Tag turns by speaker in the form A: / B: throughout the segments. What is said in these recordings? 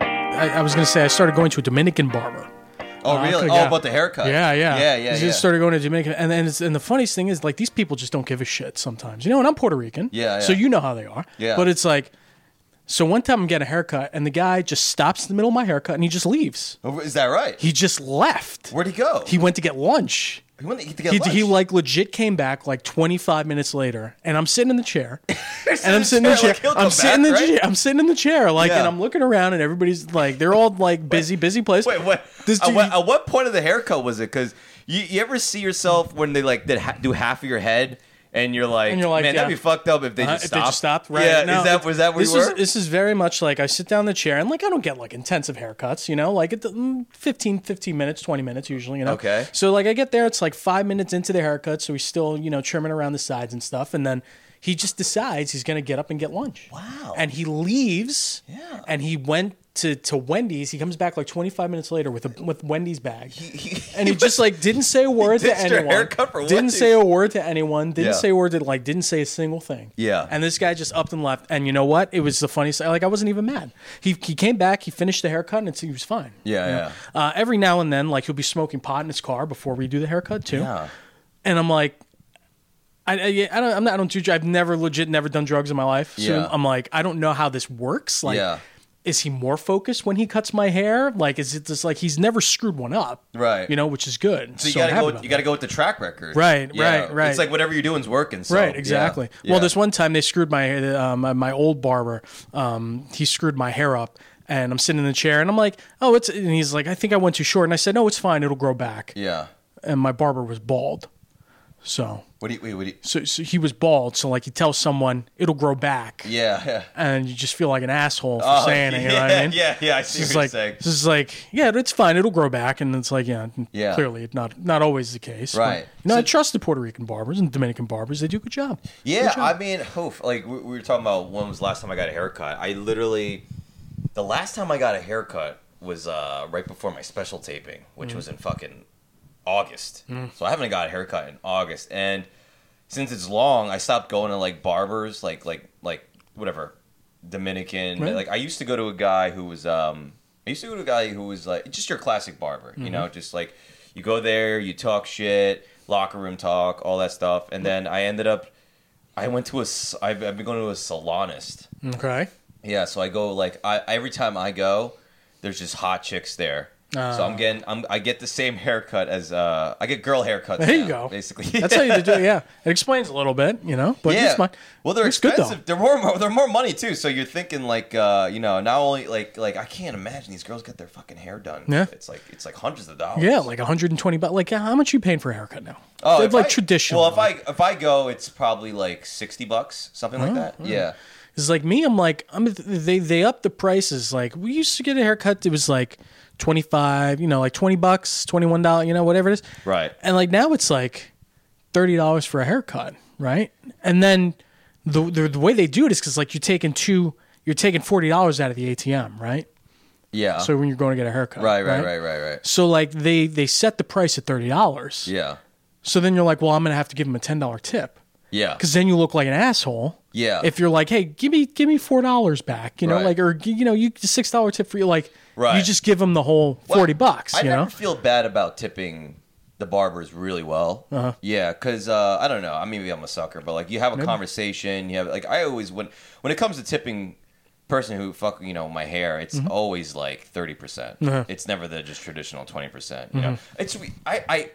A: I, I was going to say I started going to a Dominican barber.
B: Oh,
A: Uh, I
B: really?
A: could've
B: Oh,
A: got-
B: about the haircut.
A: Yeah, yeah,
B: yeah, yeah.
A: Just
B: yeah.
A: started going to Jamaica, and and, it's, and the funniest thing is like these people just don't give a shit sometimes, you know. And I'm Puerto Rican,
B: Yeah,
A: so
B: yeah.
A: you know how they are.
B: Yeah.
A: But it's like, so one time I'm getting a haircut, and the guy just stops in the middle of my haircut, and he just leaves.
B: Oh, Is that right?
A: He just left.
B: Where'd he go?
A: He went to get lunch.
B: He went to get
A: He,
B: lunch.
A: he like legit came back like 25 minutes later, and I'm sitting in the chair, and I'm
B: sitting
A: sitting in
B: in the
A: the
B: chair,
A: chair.
B: like, he'll come
A: I'm sitting in
B: back,
A: the
B: right?
A: chair. I'm sitting in the chair, like,
B: Yeah.
A: and I'm looking around, and everybody's like, they're all like busy, busy place.
B: Wait, what?
A: This
B: at,
A: dude-
B: what at what point of the haircut was it? Because you, you ever see yourself when they like did ha- do half of your head, and you're like,
A: you're like,
B: man, that'd
A: yeah.
B: be fucked up if they
A: Uh,
B: just
A: if
B: stopped.
A: they just stopped, right?
B: Yeah,
A: No,
B: is that was that where
A: this
B: you were?
A: Is, this is very much like I sit down in the chair and like I don't get like intensive haircuts, you know, like it, mm, 15, 15 minutes, 20 minutes usually, you know.
B: Okay.
A: So like I get there, it's like five minutes into the haircut, so he's still, you know, trimming around the sides and stuff. And then he just decides he's going to get up and get lunch.
B: Wow.
A: And he leaves.
B: Yeah.
A: And he went to, to Wendy's. He comes back like 25 minutes later with a, with Wendy's bag. and he just like didn't say a word to
B: ditched her
A: anyone.
B: haircut for
A: didn't
B: Wendy's.
A: say a word to anyone. Didn't
B: Yeah.
A: say a word to like. Didn't say a single thing.
B: Yeah.
A: And this guy just upped and left. And you know what? It was the funniest. Like I wasn't even mad. He he came back. He finished the haircut and it's, he was fine.
B: Yeah,
A: You know? Uh, every now and then, like he'll be smoking pot in his car before we do the haircut too.
B: Yeah.
A: And I'm like. I, I, I don't. I'm not. I don't do. dr- I've never legit never done drugs in my life. So
B: Yeah.
A: I'm like, I don't know how this works. Like,
B: Yeah.
A: is he more focused when he cuts my hair? Like, is it just like he's never screwed one up?
B: Right.
A: You know, which is good.
B: so you
A: I'm
B: gotta
A: happy
B: go.
A: about
B: You
A: that.
B: gotta go with the track record.
A: Right,
B: Yeah.
A: right, right.
B: It's like whatever you're doing's working. So,
A: Right,
B: yeah,
A: exactly.
B: yeah.
A: Well, this one time they screwed my, uh, my my old barber. Um, he screwed my hair up, and I'm sitting in the chair, and I'm like, "Oh, it's." And he's like, "I think I went too short," and I said, "No, it's fine. It'll grow back."
B: Yeah.
A: And my barber was bald, so
B: What do you? Wait, what do you?
A: so, so he was bald. So like, he tells someone it'll grow back,
B: Yeah. yeah.
A: and you just feel like an asshole for
B: Oh,
A: saying it. You know what
B: yeah,
A: I mean?
B: Yeah, yeah. I see
A: This
B: what
A: is
B: you're
A: like
B: saying.
A: this is like yeah, it's fine. It'll grow back, and it's like yeah,
B: Yeah.
A: clearly it's not not always the case. but,
B: Right.
A: you know,
B: So-
A: I trust the Puerto Rican barbers and Dominican barbers. They do a good job.
B: Yeah,
A: Good job.
B: I mean, oof, like we, we were talking about when was the last time I got a haircut. I literally, the last time I got a haircut was uh, right before my special taping, which was in fucking August. So I haven't got a haircut in August, and since it's long, I stopped going to like barbers, like like like whatever Dominican.
A: Right.
B: Like I used to go to a guy who was um I used to go to a guy who was like just your classic barber, you know, just like you go there, you talk shit, locker room talk, all that stuff, and then I ended up I went to a s- I've, I've been going to a salonist.
A: okay.
B: Yeah, so I go like I every time I go, there's just hot chicks there. so
A: Ah.
B: I'm getting I'm I get the same haircut as uh I get girl haircuts.
A: There you
B: now,
A: go.
B: Basically,
A: That's how you do it. Yeah, it explains a little bit, you know. But it's fine.
B: Well, they're
A: It's
B: expensive.
A: Good,
B: they're more, more. They're more money too. So you're thinking like, uh, you know, not only like like I can't imagine these girls get their fucking hair done.
A: Yeah.
B: It's like it's like hundreds of dollars.
A: though. yeah, like 120 bucks. Like how much you paying for a haircut now?
B: Oh,
A: They've,
B: if
A: like Oh,
B: I-
A: traditional.
B: Well, if I if I go, it's probably like sixty bucks, something like that. Yeah.
A: it's like me. I'm like I'm. They they up the prices. Like we used to get a haircut. It was like 25. You know, like 20 bucks, 21 dollar. You know, whatever it is.
B: Right.
A: And like now it's like thirty dollars for a haircut, right? And then the the, the way they do it is because like you're taking two. You're taking forty dollars out of the ATM, right?
B: Yeah.
A: So when you're going to get a haircut,
B: Uh-huh. right, right, right, right, right.
A: So like they they set the price at thirty dollars.
B: Yeah.
A: So then you're like, well, I'm gonna have to give them a ten dollar tip
B: Yeah.
A: because then you look like an asshole.
B: Yeah.
A: If you're like, hey, give me give me four dollars back, you know,
B: Right.
A: like or you know, you six dollar tip for you, like
B: Right.
A: you just give them the whole
B: Well,
A: forty bucks,
B: I
A: you
B: never
A: know.
B: feel bad about tipping the barbers really well. Uh-huh. Yeah, because uh, I don't know. I mean, maybe I'm a sucker, but like you have a conversation. You have like I always when when it comes to tipping person who fuck you know my hair, it's always like thirty percent.
A: Mm-hmm. Uh-huh. Mm-hmm.
B: It's never the just traditional twenty percent. You know, it's I I.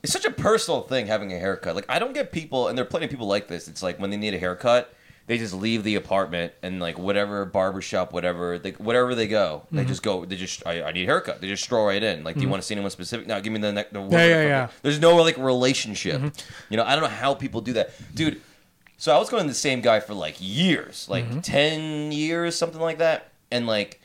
B: It's such a personal thing having a haircut. Like I don't get people, and there are plenty of people like this. It's like when they need a haircut, they just leave the apartment and like whatever barbershop, whatever, they, wherever they go, they
A: Mm-hmm.
B: just go. They just I, I need a haircut. They just stroll right in. Like, do you want to see anyone specific? No, give me the neck. The one
A: Yeah, yeah,
B: from-
A: yeah. Mm-hmm.
B: There's no like relationship. You know, I don't know how people do that, dude. So I was going to the same guy for like years, like ten years, something like that, and like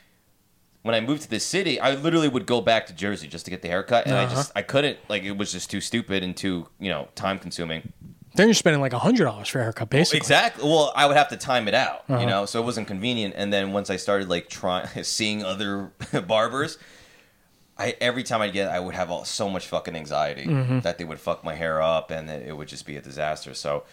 B: when I moved to this city, I literally would go back to Jersey just to get the haircut, and I just I couldn't like it was just too stupid and too you know time consuming.
A: Then you're spending like hundred dollars for a haircut, basically.
B: Exactly. Well, I would have to time it out,
A: Uh-huh.
B: you know, so it wasn't convenient. And then once I started like trying seeing other barbers, I every time I'd get, I would have
A: Mm-hmm.
B: all, so much fucking anxiety that they would fuck my hair up and that it would just be a disaster. So.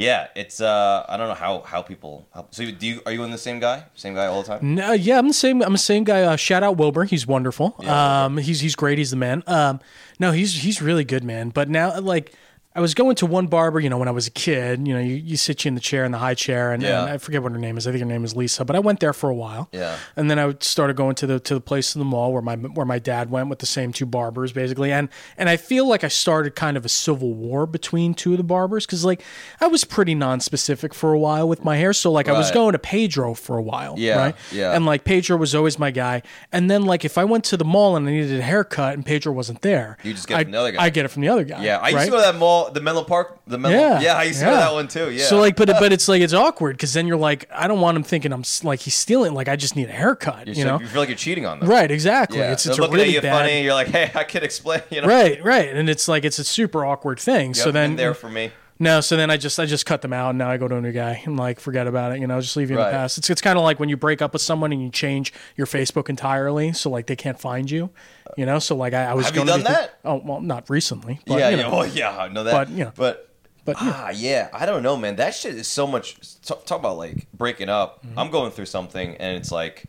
B: Yeah, it's uh, I don't know how how people. How, so you- do you? Are you in the same guy? Same guy all the time?
A: No, yeah, I'm the same. I'm the same guy. Uh, shout out Wilbur. He's wonderful.
B: Yeah,
A: um, he's he's great. He's the man. Um, no, he's he's really good, man. But now, like, I was going to one barber. You know, when I was a kid, you know, you, you sit you in the chair in the high chair, and,
B: Yeah.
A: and I forget what her name is. I think her name is Lisa. But I went there for a while.
B: Yeah.
A: And then I would- started going to the to the place in the mall where my where my dad went with the same two barbers basically, and and I feel like I started kind of a civil war between two of the barbers because like I was pretty non-specific for a while with my hair, so like I was
B: Right.
A: going to Pedro for a while,
B: Yeah,
A: right?
B: yeah.
A: And like Pedro was always my guy, and then like if I went to the mall and I needed a haircut and Pedro wasn't there,
B: You just get it
A: I,
B: from the other guy.
A: I get it from the other guy.
B: Yeah, I used
A: right?
B: to go to that mall, the Menlo Park, the Menlo.
A: Yeah,
B: Yeah, I used to go to
A: yeah.
B: that one too. Yeah.
A: So like, but but it's like it's awkward because then you're like, I don't want him thinking I'm s- like he's stealing. Like I just need a haircut,
B: You're
A: you
B: so-
A: know?
B: you feel like you're cheating on them.
A: Right, exactly.
B: Yeah.
A: It's
B: They're
A: it's a
B: looking at
A: really
B: you
A: bad.
B: funny. You're like, hey, I can explain. You know.
A: Right, right, and it's like it's a super awkward thing.
B: Yep,
A: so then
B: been there for me.
A: no, so then I just I just cut them out, and now I go to a new guy and like forget about it. You know, just leave you in
B: Right.
A: the past. It's it's kind of like when you break up with someone and you change your Facebook entirely, so like they can't find you. You know, so like I, I was
B: Have you
A: going to
B: done
A: these-
B: that?
A: Oh well, not recently. But,
B: yeah,
A: you
B: yeah,
A: know,
B: well, yeah, I know that.
A: But, you know.
B: but,
A: But, yeah.
B: ah, yeah, I don't know, man. That shit is so much. t- Talk about like breaking up.
A: Mm-hmm.
B: I'm going through something, and it's like,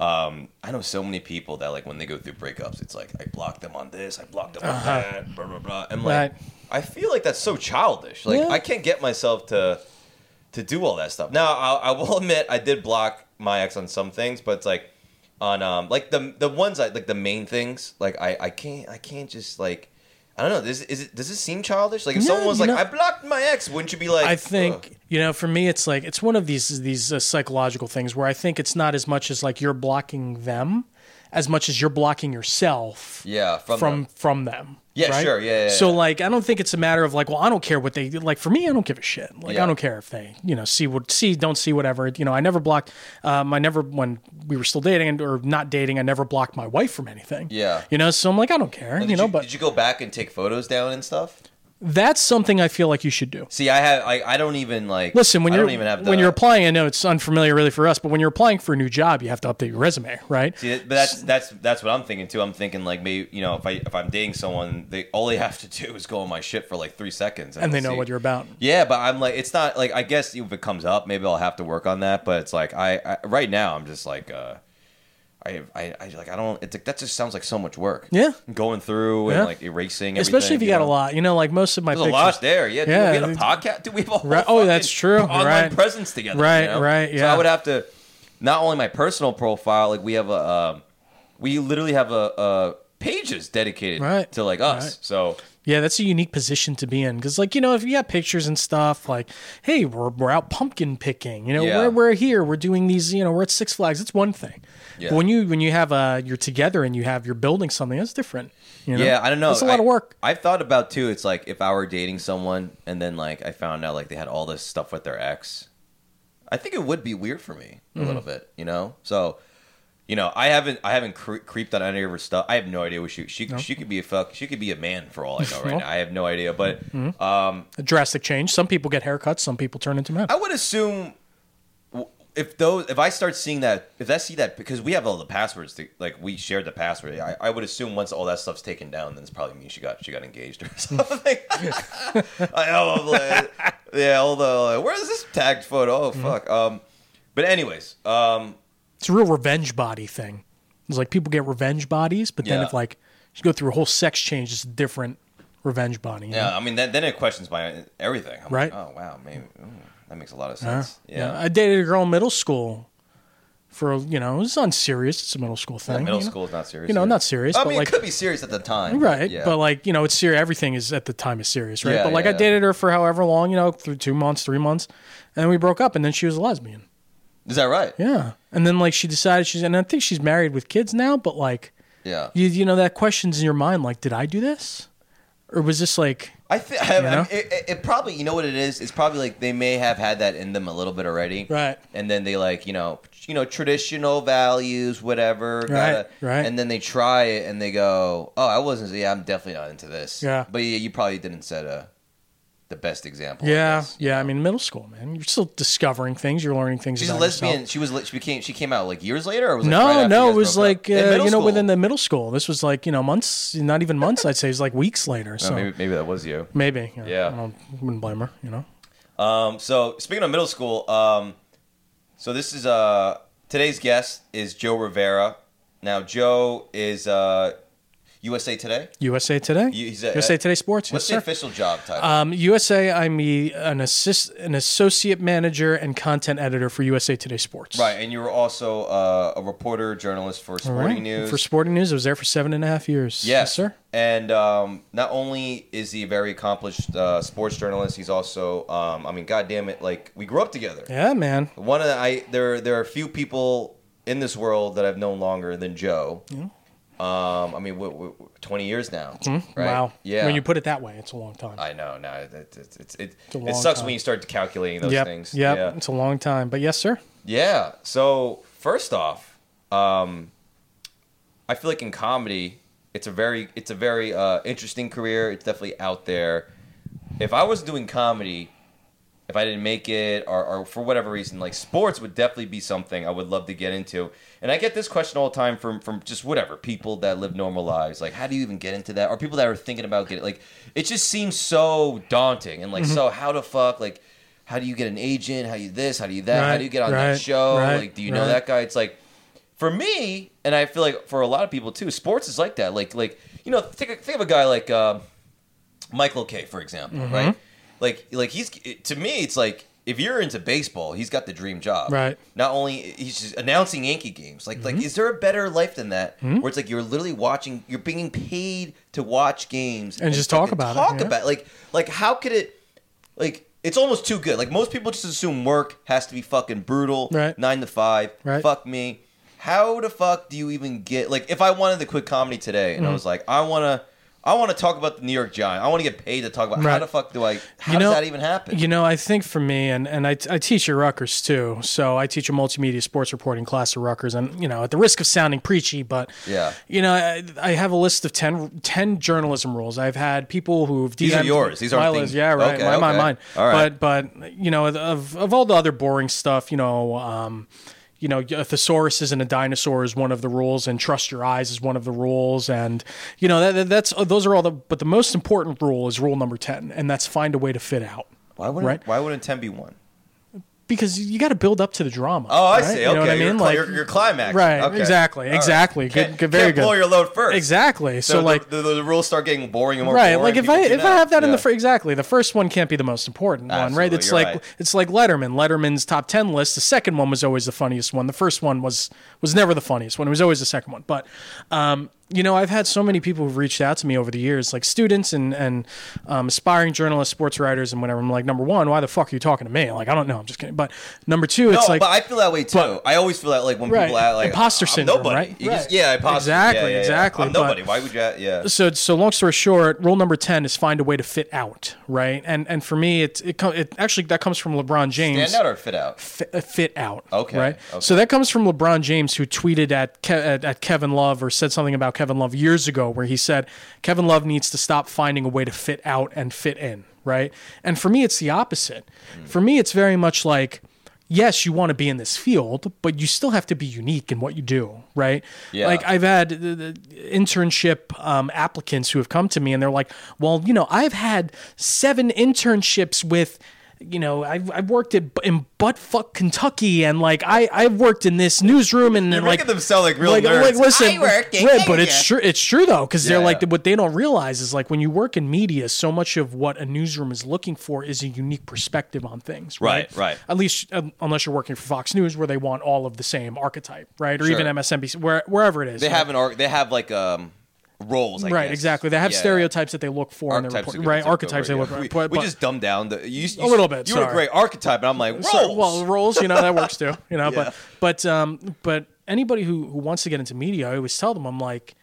B: um, I know so many people that like when they go through breakups, it's like I blocked them on this, I blocked them on that, blah blah blah. And like,
A: Uh-huh. Right.
B: I feel like that's so childish. Like,
A: Yeah.
B: I can't get myself to to do all that stuff. Now, I, I will admit, I did block my ex on some things, but it's like on um like the the ones I like the main things. Like I I can't I can't just like I don't know. This is it, does this seem childish? Like if
A: No,
B: someone was
A: you
B: like
A: know-
B: I blocked my ex, wouldn't you be like?
A: I
B: "Ugh."
A: think you know, for me, it's like it's one of these these uh, psychological things where I think it's not as much as like you're blocking them, as much as you're blocking yourself.
B: yeah from, uh,
A: from
B: the-
A: from them.
B: Yeah,
A: right?
B: sure, yeah, yeah,
A: So
B: yeah.
A: like, I don't think it's a matter of like, well, I don't care what they like. For me, I don't give a shit. Like,
B: Yeah.
A: I don't care if they, you know, see what see, don't see whatever. You know, I never blocked. Um, I never when we were still dating and- or not dating, I never blocked my wife from anything.
B: Yeah.
A: you know, so I'm like, I don't care.
B: Did
A: You know,
B: did
A: but
B: you go back and take photos down and stuff?
A: that's something I feel like you should do.
B: See, I have I, I don't even like
A: Listen, when
B: I
A: you're
B: don't even have the,
A: when you're applying, I know it's unfamiliar really for us, but when you're applying for a new job, you have to update your resume, right?
B: See, but that's that's that's what I'm thinking too. I'm thinking like maybe you know if I if I'm dating someone, they all they have to do is go on my shit for like three seconds,
A: and they
B: they'll
A: know
B: see.
A: what you're about.
B: Yeah, but I'm like, it's not like I guess if it comes up, maybe I'll have to work on that. But it's like I, I right now I'm just like, uh, I, I, I like I don't. It's like that just sounds like so much work.
A: Yeah.
B: going through and
A: Yeah.
B: like erasing,
A: Especially
B: everything,
A: if you, got
B: know?
A: a lot, you know, like most of my
B: There's a
A: pictures,
B: lot there. Yeah, dude,
A: Yeah,
B: we had a
A: it's-
B: podcast. Dude, we have a whole
A: Right. Oh, that's
B: fucking
A: true.
B: Online
A: Right.
B: presence together.
A: Right,
B: you know?
A: right,
B: So
A: yeah.
B: I would have to not only my personal profile. Like we have a, um, we literally have a, a pages dedicated
A: Right,
B: to like us.
A: right.
B: So
A: Yeah, that's a unique position to be in because, like, you know, if you got pictures and stuff, like, hey, we're, we're out pumpkin picking, you know,
B: Yeah.
A: we're, we're here, we're doing these, you know, we're at Six Flags. It's one thing,
B: Yeah.
A: but when you when you have uh you're together and you have you're building something, that's different. You know?
B: Yeah, I don't know.
A: It's a lot
B: I-
A: of work.
B: I've thought about too. It's like if I were dating someone and then like I found out like they had all this stuff with their ex, I think it would be weird for me a
A: Mm-hmm.
B: little bit, you know. So, you know, I haven't I haven't cre- creeped on any of her stuff. I have no idea what she she she could be a fuck. She could be a man for all I know
A: Well.
B: right
A: Mm-hmm.
B: now. I have no idea, but
A: A drastic change. Some people get haircuts. Some people turn into men.
B: I would assume w- if those if I start seeing that if I see that because we have all the passwords to, like we shared the password I, I would assume once all that stuff's taken down then it's probably means she got she got engaged or something I know I'm like, yeah although like, where's this tagged photo oh
A: Mm-hmm.
B: fuck um but anyways um
A: It's a real revenge body thing. It's like people get revenge bodies, but then
B: Yeah.
A: if like you go through a whole sex change, it's a different revenge body. you know?
B: yeah I mean that, then it questions my everything I'm
A: Right. Uh-huh.
B: like, oh wow maybe ooh, that makes a lot of sense yeah,
A: I dated a girl in middle school. For you know, it's unserious. It's a middle school thing.
B: middle
A: you know?
B: school is not serious
A: you know,
B: either.
A: not serious,
B: I
A: but
B: mean
A: like-
B: it could be serious at the time
A: Right.
B: yeah.
A: But like, you know, it's serious. Everything is at the time is serious, right?
B: Yeah,
A: but like
B: yeah,
A: I
B: yeah.
A: dated her for however long, you know, through two months, three months, and then we broke up and then she was a lesbian.
B: is that right
A: Yeah. And then like she decided she's and I think she's married with kids now, but like
B: yeah
A: you you know, that question's in your mind, like, did I do this? Or was this like
B: I think I
A: know?
B: mean, it, it- it probably you know what it is. It's probably like they may have had that in them a little bit already,
A: Right.
B: And then they like you know you know traditional values, whatever,
A: right.
B: And then they try it and they go, oh, I wasn't. Yeah, I'm definitely not into this.
A: Yeah.
B: but yeah, you probably didn't set a the best example. I
A: Yeah,
B: guess.
A: yeah. I mean middle school, man. You're still discovering things, you're learning things.
B: she's a
A: about
B: lesbian.
A: yourself.
B: She was li- she became she came out like years later. Or was it
A: No,
B: right after you
A: no, it
B: guys
A: was
B: broke up?
A: like uh,
B: In middle
A: you know
B: school.
A: within the middle school. This was like you know months, not even months. I'd say it was like weeks later.
B: Oh,
A: So
B: maybe maybe that was you.
A: Maybe. Yeah.
B: Yeah.
A: I don't, wouldn't blame her, you know?
B: Um, so speaking of middle school, um, so this is uh, today's guest is Joe Rivera. Now Joe is uh, USA Today.
A: USA Today.
B: You- he's a-
A: USA Today Sports.
B: What's the
A: yes, sir.
B: official job title?
A: Um, USA, I'm the, an assist, an associate manager and content editor for USA Today Sports.
B: right, and you were also uh, a reporter, journalist for
A: All
B: Sporting
A: right.
B: News.
A: For Sporting News, I was there for seven and a half years.
B: Yes,
A: sir.
B: And um, not only is he a very accomplished uh, sports journalist, he's also, um, I mean, God damn it, like we grew up together.
A: Yeah, man.
B: One of the, I there there are a few people in this world that I've known longer than Joe. Um, I mean, what, what, twenty years now, right?
A: Hmm? Wow.
B: Yeah.
A: When you put it that way, it's a long time.
B: I know. No, it, it, it, it, it,
A: a
B: it
A: long
B: sucks
A: time.
B: when you start calculating those
A: yep.
B: things.
A: Yep.
B: Yeah.
A: It's a long time. But yes, sir.
B: Yeah. So first off, um, I feel like in comedy, it's a very it's a very uh, interesting career. It's definitely out there. If I was doing comedy, if I didn't make it or, or for whatever reason, like sports would definitely be something I would love to get into. And I get this question all the time from from just whatever people that live normal lives. Like, how do you even get into that? Or people that are thinking about getting like it just seems so daunting and
A: Mm-hmm.
B: like so how the fuck like how do you get an agent? How do you this? How do you that? how
A: Right,
B: do you get on
A: right,
B: that show?
A: right,
B: like, do you know
A: right.
B: that guy? It's like for me, and I feel like for a lot of people too, sports is like that. Like like you know, think think of a guy like. Uh, Michael K, for example,
A: Mm-hmm.
B: right? Like, like he's to me, it's like if you're into baseball, he's got the dream job,
A: Right. Mm-hmm.
B: Not only he's just announcing Yankee games. Like, like is there a better life than that? Where it's like you're literally watching, you're being paid to watch games
A: And just talk
B: fucking
A: about it,
B: Talk
A: yeah.
B: about like, like how could it? Like, it's almost too good. Like most people just assume work has to be fucking brutal,
A: Right.
B: Nine to five,
A: Right.
B: Fuck me. How the fuck do you even get like if I wanted the quick comedy today and
A: Mm-hmm.
B: I was like, I wanna I wanna talk about the New York Giants. I wanna get paid to talk about how
A: Right.
B: the fuck do I how
A: You know-
B: does that even happen?
A: You know, I think for me, and, and I, I teach at Rutgers too. So I teach a multimedia sports reporting class at Rutgers. And, you know, at the risk of sounding preachy, but,
B: Yeah.
A: you know, I, I have a list of 10, 10 journalism rules. I've had people who've DM'd
B: These are yours. These aren't
A: my
B: things-
A: list. Yeah, right.
B: Okay,
A: my, my,
B: okay.
A: mine.
B: All right.
A: But, but, you know, of, of all the other boring stuff, you know, um, you know, a thesaurus isn't a dinosaur is one of the rules, and trust your eyes is one of the rules, and you know that- that, that's those are all the. But the most important rule is rule number ten, and that's find a way to fit out
B: Why wouldn't
A: right.
B: why wouldn't ten be one?
A: because you got to build up to the drama.
B: Oh, I
A: right?
B: see. Okay,
A: You know what I
B: Your
A: mean?
B: cli-
A: Like
B: your, your climax.
A: right,
B: Okay.
A: exactly,
B: All right.
A: exactly. Good-
B: Can't-
A: good- very
B: can't
A: good.
B: Blow your load first.
A: exactly. So,
B: So, the-
A: like
B: the, the, rules start getting boring and more
A: right,
B: boring
A: like if
B: people
A: I
B: tune
A: if I
B: out.
A: have that in
B: Yeah.
A: the fir- exactly the first one can't be the most important one, right?
B: Absolutely,
A: It's
B: you're
A: like
B: right.
A: it's like Letterman. Letterman's top ten list. The second one was always the funniest one. The first one was was never the funniest one. It was always the second one. But um, you know, I've had so many people who've reached out to me over the years, like students and and um, aspiring journalists, sports writers, and whatever. I'm like, number one, why the fuck are you talking to me? Like, I don't know. I'm just kidding. But number two,
B: No,
A: it's like
B: but I feel that way too. I always feel that like when
A: Right.
B: people act like
A: Imposter
B: I'm
A: syndrome,
B: nobody.
A: right?
B: You just-
A: Right.
B: yeah, imposter.
A: Exactly,
B: yeah, yeah, yeah.
A: exactly,
B: I'm
A: but-
B: nobody. Why would you? act- Yeah.
A: so so long story short, rule number ten is find a way to fit out, right? And and for me, it's it, co- it actually that comes from LeBron James.
B: Stand out or fit out?
A: fi- uh, fit out.
B: Okay,
A: Right.
B: okay.
A: So that comes from LeBron James, who tweeted at, Ke- at at Kevin Love or said something about Kevin Love years ago, where he said Kevin Love needs to stop finding a way to fit out and fit in. Right. And for me, it's the opposite.
B: Hmm.
A: For me, it's very much like. Yes, you want to be in this field, but you still have to be unique in what you do, right?
B: Yeah.
A: Like I've had the, the internship um, applicants who have come to me and they're like, "Well, you know, I've had seven internships with, you know, I've, I've worked at in buttfuck Kentucky and like I I've worked in this newsroom and,
B: You're
A: like
B: making them sound like real
A: like,
B: nerds.
A: like, listen,
B: I work in
A: right, but
B: media.
A: it's true. It's true though, because
B: Yeah,
A: they're like
B: yeah.
A: what they don't realize is like when you work in media, so much of what a newsroom is looking for is a unique perspective on things. Right,
B: Right, right.
A: At least um, unless you're working for Fox News, where they want all of the same archetype, right, or
B: Sure.
A: even MSNBC, where, wherever it is.
B: They
A: right?
B: have an arc. They have like um roles. I
A: right,
B: guess.
A: exactly. They have
B: Yeah.
A: stereotypes that they look for in their
B: Archetypes are
A: report,
B: good.
A: right?
B: That's
A: Archetypes they
B: over,
A: look
B: yeah.
A: for.
B: We,
A: but-
B: we
A: but-
B: just dumbed down the you, you,
A: A little bit,
B: You were a
A: sorry.
B: great archetype, and I'm like roles.
A: So- well, roles, you know, that works too. You know, but but um, but anybody who who wants to get into media, I always tell them, I'm like,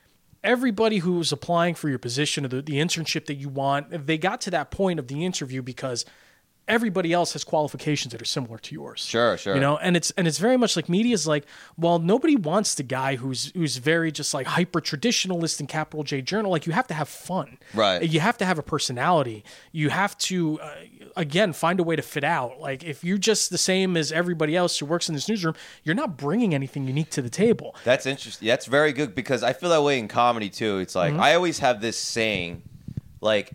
A: everybody who's applying for your position or the, the internship that you want, they got to that point of the interview because everybody else has qualifications that are similar to yours.
B: Sure, sure.
A: You know, and it's and it's very much like media is like, well, nobody wants the guy who's who's very just like hyper traditionalist and capital J journal. Like you have to have fun,
B: Right.
A: You have to have a personality. You have to uh, again find a way to fit out. Like if you're just the same as everybody else who works in this newsroom, you're not bringing anything unique to the table.
B: That's interesting. That's very
A: Mm-hmm.
B: good because I feel that way in comedy too. It's like I always have this saying, like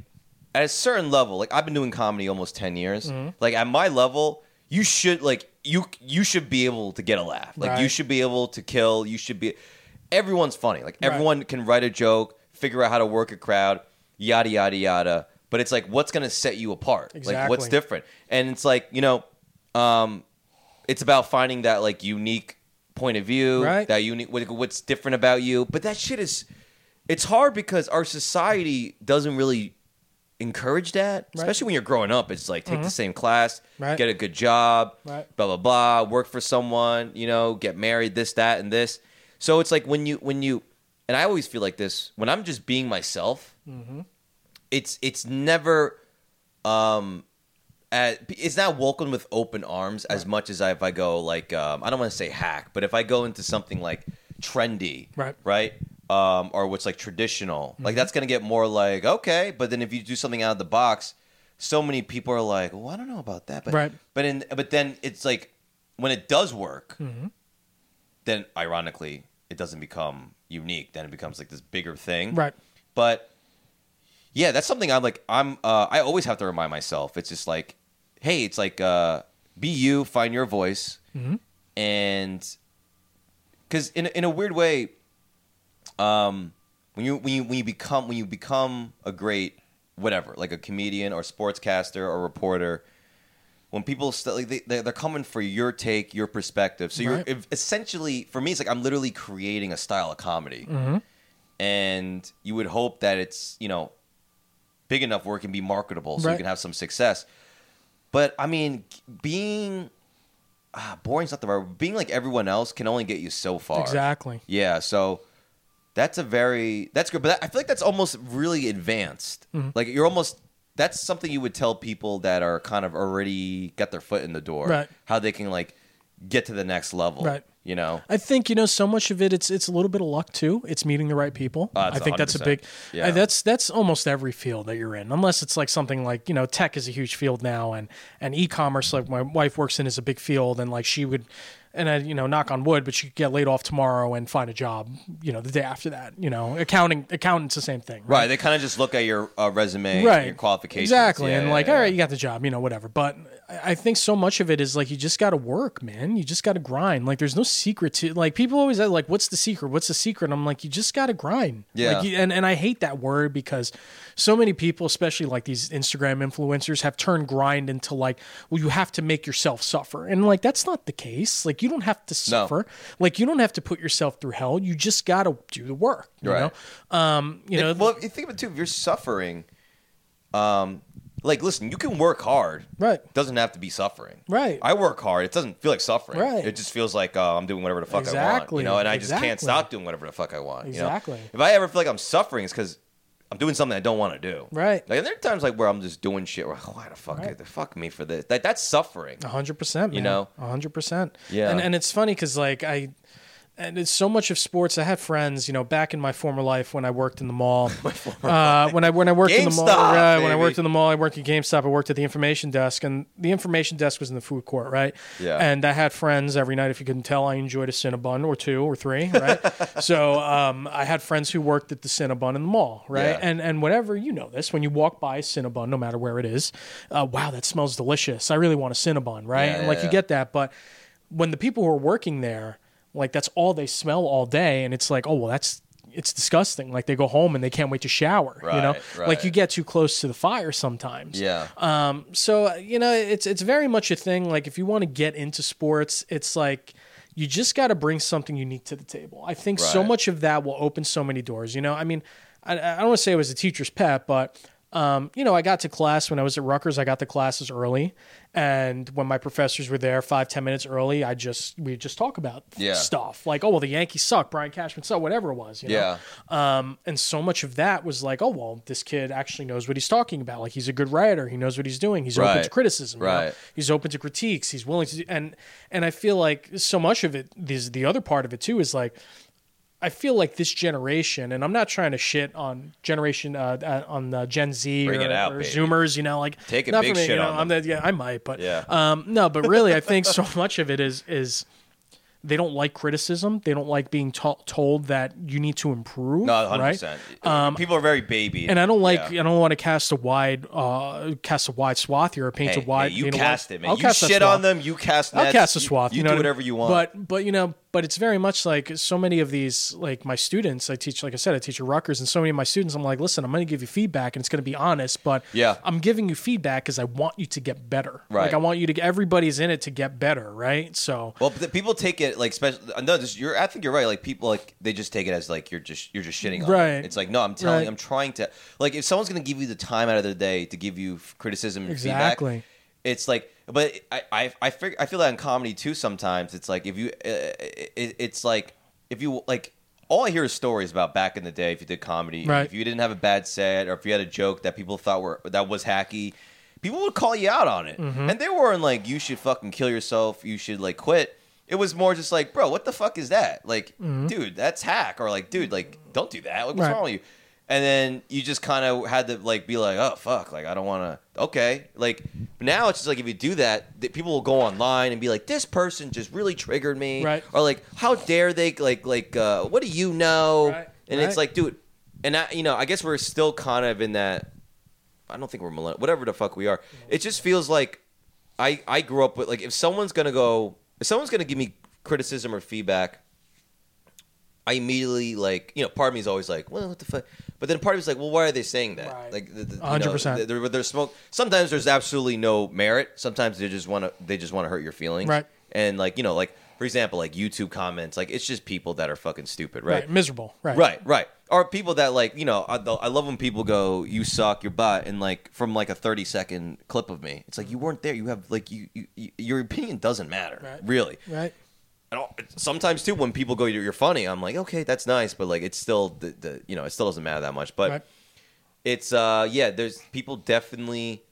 B: at a certain level, like I've been doing comedy almost ten years.
A: Mm-hmm.
B: Like at my level, you should like you you should be able to get a laugh. Like you
A: Right.
B: should be able to kill. You should be. Everyone's funny. Like everyone can write a joke, figure out how to work a crowd, yada yada yada. But it's like what's gonna set you apart? Like what's
A: Exactly.
B: different? And it's like you know, um, it's about finding that like unique point of view,
A: Right.
B: that unique what, what's different about you. But that shit is it's hard because our society doesn't really encourage that,
A: Right. Mm-hmm.
B: especially when you're growing up. It's like take the same class,
A: Right.
B: get a good job,
A: Right.
B: blah blah blah, work for someone, you know, get married, this that and this. So it's like when you when you and I always feel like this when I'm just being myself.
A: Mm-hmm.
B: It's it's never um at, it's not welcomed with open arms as much as I, if I go like um, I don't want to say hack, but if I go into something like trendy,
A: Right. Mm-hmm.
B: right, um, or what's like traditional, like that's gonna get more like okay. But then if you do something out of the box, so many people are like, well, I don't know about that, but
A: Right.
B: but in but then it's like when it does work,
A: Mm-hmm.
B: then ironically it doesn't become unique. Then it becomes like this bigger thing,
A: Right.
B: But yeah, that's something I'm like I'm uh I always have to remind myself. It's just like, hey, it's like uh be you, find your voice. And cuz in in a weird way um when you when you when you become when you become a great whatever, like a comedian or sportscaster or reporter, when people st- like they they're they're coming for your take, your perspective. So you're
A: Right.
B: ev- essentially for me it's like I'm literally creating a style of comedy and you would hope that it's you know big enough where it can be marketable so you
A: Right.
B: can have some success but i mean being ah, boring's not the right word. being like everyone else can only get you so far
A: Exactly.
B: yeah so that's a very that's good but that, i feel like that's almost really advanced
A: Mm-hmm.
B: like you're almost that's something you would tell people that are kind of already got their foot in the door
A: Right.
B: how they can like get to the next level
A: Right.
B: you know
A: I think you know so much of it. It's it's a little bit of luck too. It's meeting the right people.
B: Oh, that's
A: I think that's a
B: 100%.
A: big.
B: Yeah.
A: I- that's that's almost every field that you're in, unless it's like something like you know tech is a huge field now, and and e-commerce like my wife works in is a big field, and like she would, and I you know knock on wood, but she could get laid off tomorrow and find a job, you know, the day after that. You know, accounting accountants the same thing,
B: Right, they kind of just look at your uh, resume, your qualifications,
A: Exactly.
B: Yeah,
A: and
B: yeah,
A: like,
B: yeah.
A: all right, you got the job, you know, whatever. But I I think so much of it is like you just got to work, man. You just got to grind. Like, there's no secret to like people always are like, what's the secret? What's the secret? And I'm like, you just got to grind.
B: Yeah.
A: Like, you- and and I hate that word because so many people, especially like these Instagram influencers, have turned grind into like, well, you have to make yourself suffer, and like that's not the case. Like, you don't have to suffer. Like, you don't have to put yourself through hell. You just got to do the work. You
B: Right.
A: know. Um. You know.
B: well, if you think about it too, if you're suffering, um, like listen, you can work hard,
A: Right.
B: Doesn't have to be suffering,
A: Right.
B: I work hard; it doesn't feel like suffering,
A: Right.
B: It just feels like uh, I'm doing whatever the fuck
A: Exactly,
B: I want, you know, and I just can't
A: exactly.
B: stop doing whatever the fuck I want. you know?
A: Exactly.
B: If I ever feel like I'm suffering, it's because I'm doing something I don't want to do,
A: Right.
B: Like there are times like where I'm just doing shit. Where, oh, why the fuck? Fuck me for this. That that's suffering.
A: A hundred percent,
B: You
A: man.
B: know?
A: a hundred percent.
B: Yeah.
A: and and it's funny because like I, and it's so much of sports. I have friends, you know, back in my former life when I worked in the mall, uh, when I when I worked in the mall,
B: GameStop,
A: right, when I
B: baby.
A: worked in the mall, I worked at GameStop. I worked at the information desk, and the information desk was in the food court, right?
B: Yeah.
A: And I had friends every night. If you couldn't tell, I enjoyed a Cinnabon or two or three, right? so um, I had friends who worked at the Cinnabon in the mall, right?
B: Yeah.
A: And and whenever you know this, when you walk by a Cinnabon, no matter where it is, uh, wow, that smells delicious. I really want a Cinnabon, right?
B: Yeah,
A: and
B: yeah,
A: like
B: yeah.
A: you get that, but when the people who are working there, like that's all they smell all day, and it's like, oh well, that's it's disgusting. Like they go home and they can't wait to shower. you know,
B: Right, right.
A: like you get too close to the fire sometimes.
B: Yeah.
A: Um, so uh, you know, it's it's very much a thing. Like if you want to get into sports, it's like you just got to bring something unique to the table. I think so
B: Right.
A: much of that will open so many doors. You know, I mean, I, I don't want to say it was a teacher's pet, but um, you know, I got to class when I was at Rutgers. I got to classes early, and when my professors were there five ten minutes early, I just we just talk about
B: Yeah.
A: stuff like, oh well, the Yankees suck, Brian Cashman suck, whatever it was. You know?
B: Yeah.
A: Um, and so much of that was like, oh well, this kid actually knows what he's talking about. Like he's a good writer. He knows what he's doing. He's
B: Right.
A: open to criticism. you know?
B: Right.
A: He's open to critiques. He's willing to do, and and I feel like so much of it. These the other part of it too is like. I feel like this generation, and I'm not trying to shit on generation uh, uh, on the Gen Z or,
B: Bring it out,
A: or
B: baby.
A: Zoomers, you know, like
B: Take a
A: not
B: big
A: for me,
B: shit
A: you know,
B: on
A: I'm the- yeah, I might, but
B: Yeah.
A: um, no, but really, I think so much of it is is they don't like criticism. They don't like being to- told that you need to improve.
B: No, 100%.
A: Right? Um,
B: People are very baby.
A: And I don't like.
B: Yeah.
A: I don't want to cast a wide, uh, cast a wide swath here or paint
B: Hey,
A: a wide.
B: hey, you
A: know,
B: cast
A: wide-
B: it, man.
A: I'll
B: you
A: cast that
B: shit on
A: swath.
B: them. You cast
A: I'll
B: nets,
A: cast a
B: you-
A: swath.
B: You,
A: You, know what
B: do
A: I mean?
B: whatever you want.
A: But but you know, but it's very much like so many of these like my students. I teach, like I said, I teach at Rutgers, and so many of my students. I'm like, listen, I'm going to give you feedback, and it's going to be honest, but
B: Yeah.
A: I'm giving you feedback because I want you to get better.
B: Right.
A: Like I want you to. Everybody's in it to get better, right? So
B: Well, but the- people take it like special. No, this, you're. I think you're right. Like people, like they just take it as like you're just you're just shitting on. them.
A: Right.
B: It's like no, I'm telling.
A: Right.
B: I'm trying to. Like if someone's gonna give you the time out of their day to give you f- criticism and
A: Exactly.
B: feedback, it's like. But I I I, fig- I feel that in comedy too. Sometimes it's like if you, uh, it, it's like if you like. All I hear is stories about back in the day. If you did comedy,
A: Right.
B: if you didn't have a bad set, or if you had a joke that people thought were that was hacky, people would call you out on it.
A: Mm-hmm.
B: And they weren't like, "You should fucking kill yourself. You should like quit." It was more just like, "Bro, what the fuck is that? Like, dude, that's hack." Or like, "Dude, like, don't do that. Like, what's
A: Mm-hmm. Right.
B: wrong with you?" And then you just kind of had to like be like, "Oh fuck, like I don't want to." Okay, like now it's just like if you do that, th- people will go online and be like, "This person just really triggered me,"
A: Right.
B: Or like, "How dare they? Like, like, uh, what do you know?"
A: Right,
B: And it's
A: right.
B: like, dude, and I, you know, I guess we're still kind of in that. I don't think we're millennial, whatever the fuck we are. It just feels like I, I grew up with like if someone's gonna go, if someone's gonna give me criticism or feedback, I immediately like, you know, part of me is always like, well, what the fuck? But then part of me is like, well, why are they saying that?
A: Right.
B: Like, the, the, you know,
A: 100%.
B: there- there's smoke. Sometimes there's absolutely no merit. Sometimes they just want to, they just want to hurt your feelings.
A: Right.
B: And like, you know, like for example, like YouTube comments, like it's just people that are fucking stupid,
A: right,
B: right?
A: miserable, right,
B: Right, right. Or people that like, you know, I, the- I love when people go, "You suck, your butt," and like from like a thirty second clip of me, it's like you weren't there. You have like you, you, you your opinion doesn't matter,
A: Right.
B: really.
A: right.
B: And all- sometimes too, when people go, "You're you're funny," I'm like, "Okay, that's nice," but like it's still the, the you know it still doesn't matter that much. But
A: Right.
B: it's uh yeah, there's people definitely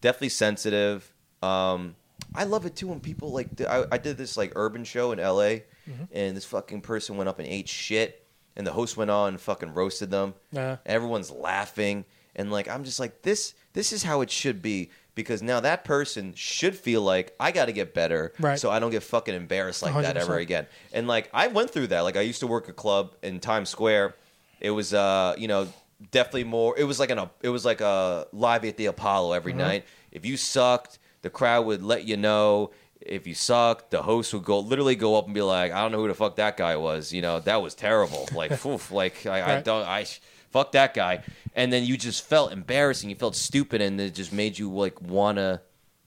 B: definitely sensitive. Um, I love it too when people like th- I, I did this like urban show in L.A.
A: Mm-hmm.
B: and this fucking person went up and ate shit, and the host went on and fucking roasted them.
A: Yeah.
B: Everyone's laughing and like I'm just like this this is how it should be because now that person should feel like I got to get better
A: Right.
B: so I don't get fucking embarrassed like that ever
A: 100%.
B: again. And like I went through that. Like I used to work a club in Times Square. It was uh, you know, definitely more it was like an it was like a live at the Apollo every
A: Mm-hmm.
B: night. If you sucked, the crowd would let you know. If you sucked, the host would go literally go up and be like, "I don't know who the fuck that guy was. You know, that was terrible. Like, oof, like I, I
A: Right.
B: don't, I fuck that guy." And then you just felt embarrassing. You felt stupid, and it just made you like wanna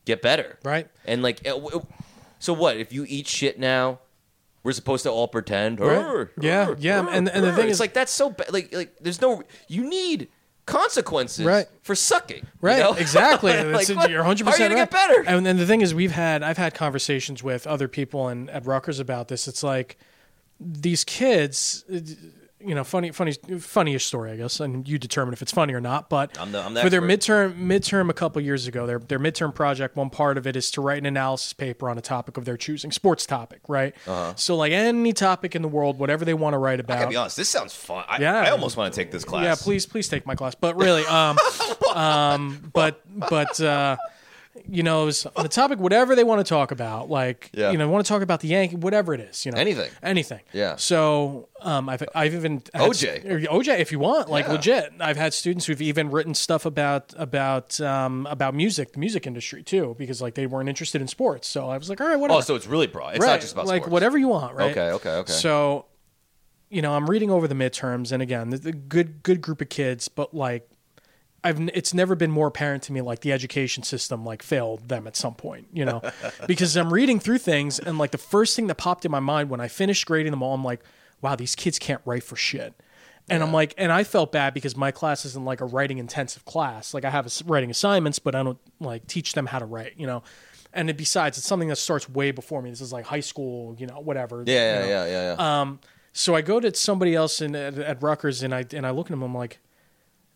B: get better,
A: Right.
B: and like, it- it- so what? If you eat shit now, we're supposed to all pretend.
A: Right. Yeah, yeah, and- and the thing
B: it's
A: is-
B: like that's so bad. Like, like there's no. You need consequences
A: Right.
B: for sucking. you
A: Right,
B: know?
A: exactly.
B: Like,
A: That's-
B: what?
A: you're 100
B: How are you
A: percent
B: gonna
A: right.
B: get better?
A: And then the thing is, we've had I've had conversations with other people and at Rutgers about this. It's like these kids, uh, you know, funny, funny, funniest story, I guess, and you determine if it's funny or not. But
B: I'm the- I'm the
A: for their
B: expert.
A: midterm, midterm a couple years ago, their their midterm project, one part of it is to write an analysis paper on a topic of their choosing, sports topic, right? So like any topic in the world, whatever they want to write about.
B: Uh-huh. I gotta be honest. This sounds fun. I,
A: Yeah.
B: I almost want to take this class.
A: Yeah, please, please take my class. But really, um, um, but but uh, you know, it was on the topic whatever they want to talk about, like
B: Yeah.
A: you know, want to talk about the Yankee, whatever it is, you know,
B: Anything.
A: anything.
B: Yeah.
A: So um, I've I've even had
B: OJ.
A: st- or OJ, if you want, like
B: Yeah.
A: legit. I've had students who've even written stuff about about um, about music, the music industry too, because like they weren't interested in sports. So I was like, all right, whatever
B: Oh, so it's really broad. It's not just about
A: like
B: sports.
A: whatever you want, right?
B: Okay, okay, okay.
A: So, you know, I'm reading over the midterms, and again, the, the good good group of kids, but like, I've n- it's never been more apparent to me like the education system like failed them at some point, you know, because I'm reading through things, and like the first thing that popped in my mind when I finished grading them all, I'm like, wow, these kids can't write for shit. And I'm like, and I felt bad because my class isn't like a writing intensive class. Like I have ass- writing assignments, but I don't like teach them how to write, you know. And it, besides, it's something that starts way before me. This is like high school, you know, whatever.
B: Yeah,
A: you
B: yeah,
A: know.
B: yeah, yeah, yeah.
A: Um, so I go to somebody else in at, at Rutgers, and I and I look at him. I'm like,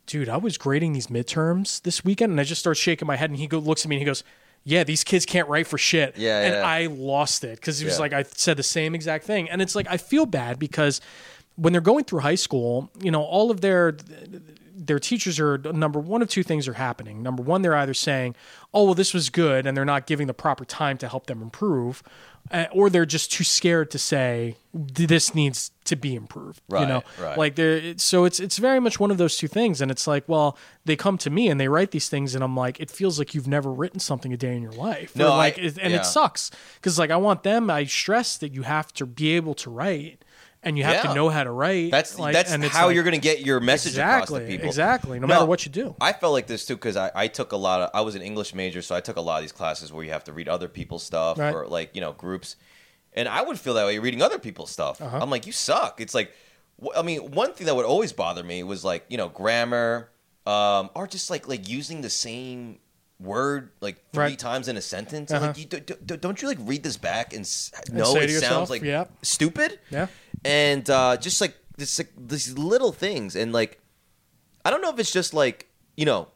A: dude, I was grading these midterms this weekend, and I just start shaking my head. And he go, looks at me, and he goes, "Yeah, these kids can't write for shit."
B: Yeah,
A: and
B: yeah.
A: I lost it because he was
B: Yeah.
A: like, I said the same exact thing, and it's like I feel bad because when they're going through high school, you know, all of their their teachers are number one of two things are happening. Number one, they're either saying, "Oh, well, this was good," and they're not giving the proper time to help them improve, uh, or they're just too scared to say this needs to be improved. you
B: Right,
A: know,
B: right.
A: like they're it's- so it's it's very much one of those two things, and it's like, well, they come to me and they write these things, and I'm like, it feels like you've never written something a day in your life.
B: No,
A: Or like,
B: I-
A: it- and
B: yeah.
A: it sucks because like I want them. I stress that you have to be able to write. And you have to
B: Yeah.
A: know how to write.
B: That's
A: like,
B: that's
A: and it's
B: how
A: like-
B: you're going to get your message across to
A: Exactly,
B: people.
A: exactly, no matter what you do.
B: I felt like this too because I, I took a lot of. I was an English major, so I took a lot of these classes where you have to read other people's stuff
A: Right.
B: or like you know groups, and I would feel that way reading other people's stuff.
A: Uh-huh.
B: I'm like, you suck. It's like, wh- I mean, one thing that would always bother me was like you know grammar, um, or just like like using the same word like three
A: Right.
B: times in a sentence. I'm
A: Uh-huh.
B: Like, you, do, do, don't you like read this back and s- know
A: say
B: it
A: to
B: sounds
A: yourself,
B: like
A: yep.
B: stupid?
A: Yeah.
B: and uh, just like this like, these little things and like i don't know if it's just like you know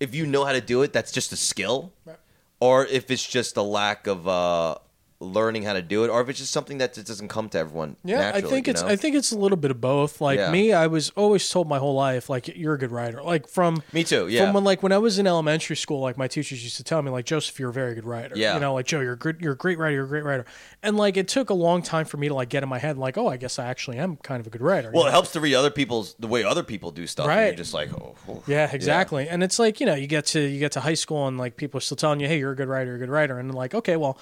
B: if you know how to do it that's just a skill
A: Right.
B: or if it's just a lack of uh, learning how to do it or if it's just something that just doesn't come to everyone
A: Yeah,
B: naturally,
A: I think
B: you
A: it's
B: know?
A: I think it's a little bit of both. Like
B: Yeah.
A: me, I was always told my whole life, like you're a good writer. Like from
B: Me too, yeah.
A: From when like when I was in elementary school, like my teachers used to tell me, like Joseph, you're a very good writer.
B: Yeah.
A: you know, like Joe, you're a good, you're a great writer, you're a great writer. And like it took a long time for me to like get in my head, like oh, I guess I actually am kind of a good writer. you
B: well
A: know?
B: it helps to read other people's the way other people do stuff and
A: Right.
B: you're just like oh oh.
A: Yeah, exactly. And it's like, you know, you get to you get to high school and like people are still telling you, "Hey, you're a good writer, you're a good writer." And like, "Okay, well."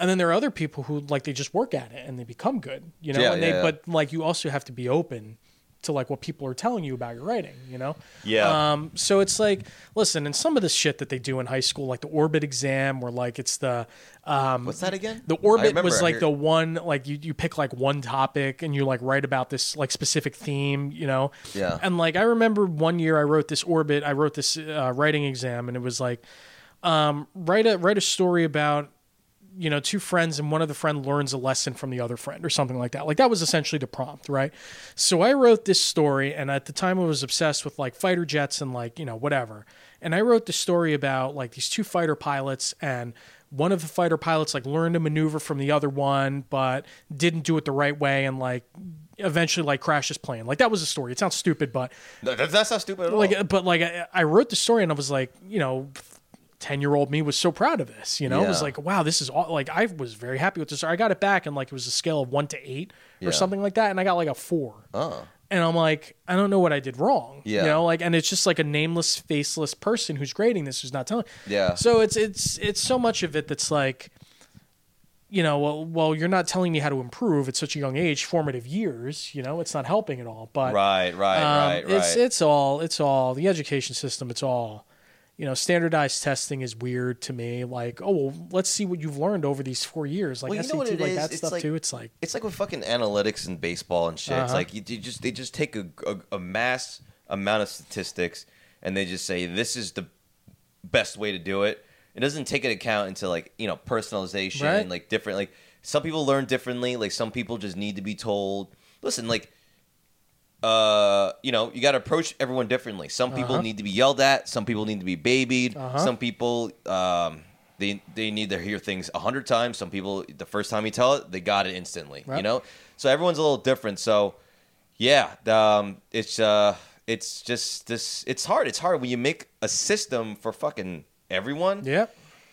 A: And then there are other people who like they just work at it and they become good, you know?
B: Yeah,
A: and they
B: yeah, yeah.
A: but like you also have to be open to like what people are telling you about your writing, you know?
B: Yeah.
A: Um so it's like, listen, and some of the shit that they do in high school like the orbit exam or like it's the um
B: what's that again
A: the
B: I
A: orbit
B: remember
A: was
B: I
A: like
B: heard-
A: the one like you, you pick like one topic and you like write about this like specific theme you know
B: Yeah.
A: and like i remember one year i wrote this orbit i wrote this uh, writing exam and it was like um, write a write a story about you know two friends and one of the friend learns a lesson from the other friend or something like that like that was essentially the prompt right so i wrote this story and at the time i was obsessed with like fighter jets and like you know whatever and i wrote the story about like these two fighter pilots and one of the fighter pilots like learned a maneuver from the other one but didn't do it the right way and like eventually like crashed his plane like that was the story it sounds stupid but
B: No, that's, that's not stupid at all
A: like but like I, I wrote the story and I was like, you know, 10 year old me was so proud of this, you know, it was
B: Yeah.
A: like, wow, this is all like, I was very happy with this. I got it back and like, it was a scale of one to eight or
B: Yeah.
A: something like that. And I got like a four.
B: Oh.
A: And I'm like, I don't know what I did wrong.
B: Yeah.
A: You know, like, and it's just like a nameless, faceless person who's grading this, who's not telling.
B: Yeah.
A: So it's, it's, it's so much of it that's like, you know, well, well, you're not telling me how to improve at such a young age, formative years, you know, it's not helping at all. But
B: right right
A: um,
B: right right
A: It's it's all it's all the education system. It's all you know. Standardized testing is weird to me. Like, oh well, let's see what you've learned over these four years. Like
B: Well, you know
A: SAT,
B: what
A: like
B: it is?
A: that
B: It's
A: stuff
B: like-
A: too. It's like
B: It's like with fucking analytics and baseball and shit. It's
A: Uh-huh.
B: like you, you just they just take a, a, a mass amount of statistics and they just say this is the best way to do it. It doesn't take into account into like you know personalization
A: Right.
B: and like different like some people learn differently. Like some people just need to be told. Listen, like uh, you know, you got to approach everyone differently. Some people
A: Uh-huh.
B: need to be yelled at. Some people need to be babied.
A: Uh-huh.
B: Some people, um, they they need to hear things a hundred times. Some people, the first time you tell it, they got it instantly.
A: Right.
B: You know, so everyone's a little different. So, yeah, um, it's uh, it's just this. It's hard. It's hard when you make a system for fucking everyone.
A: yeah,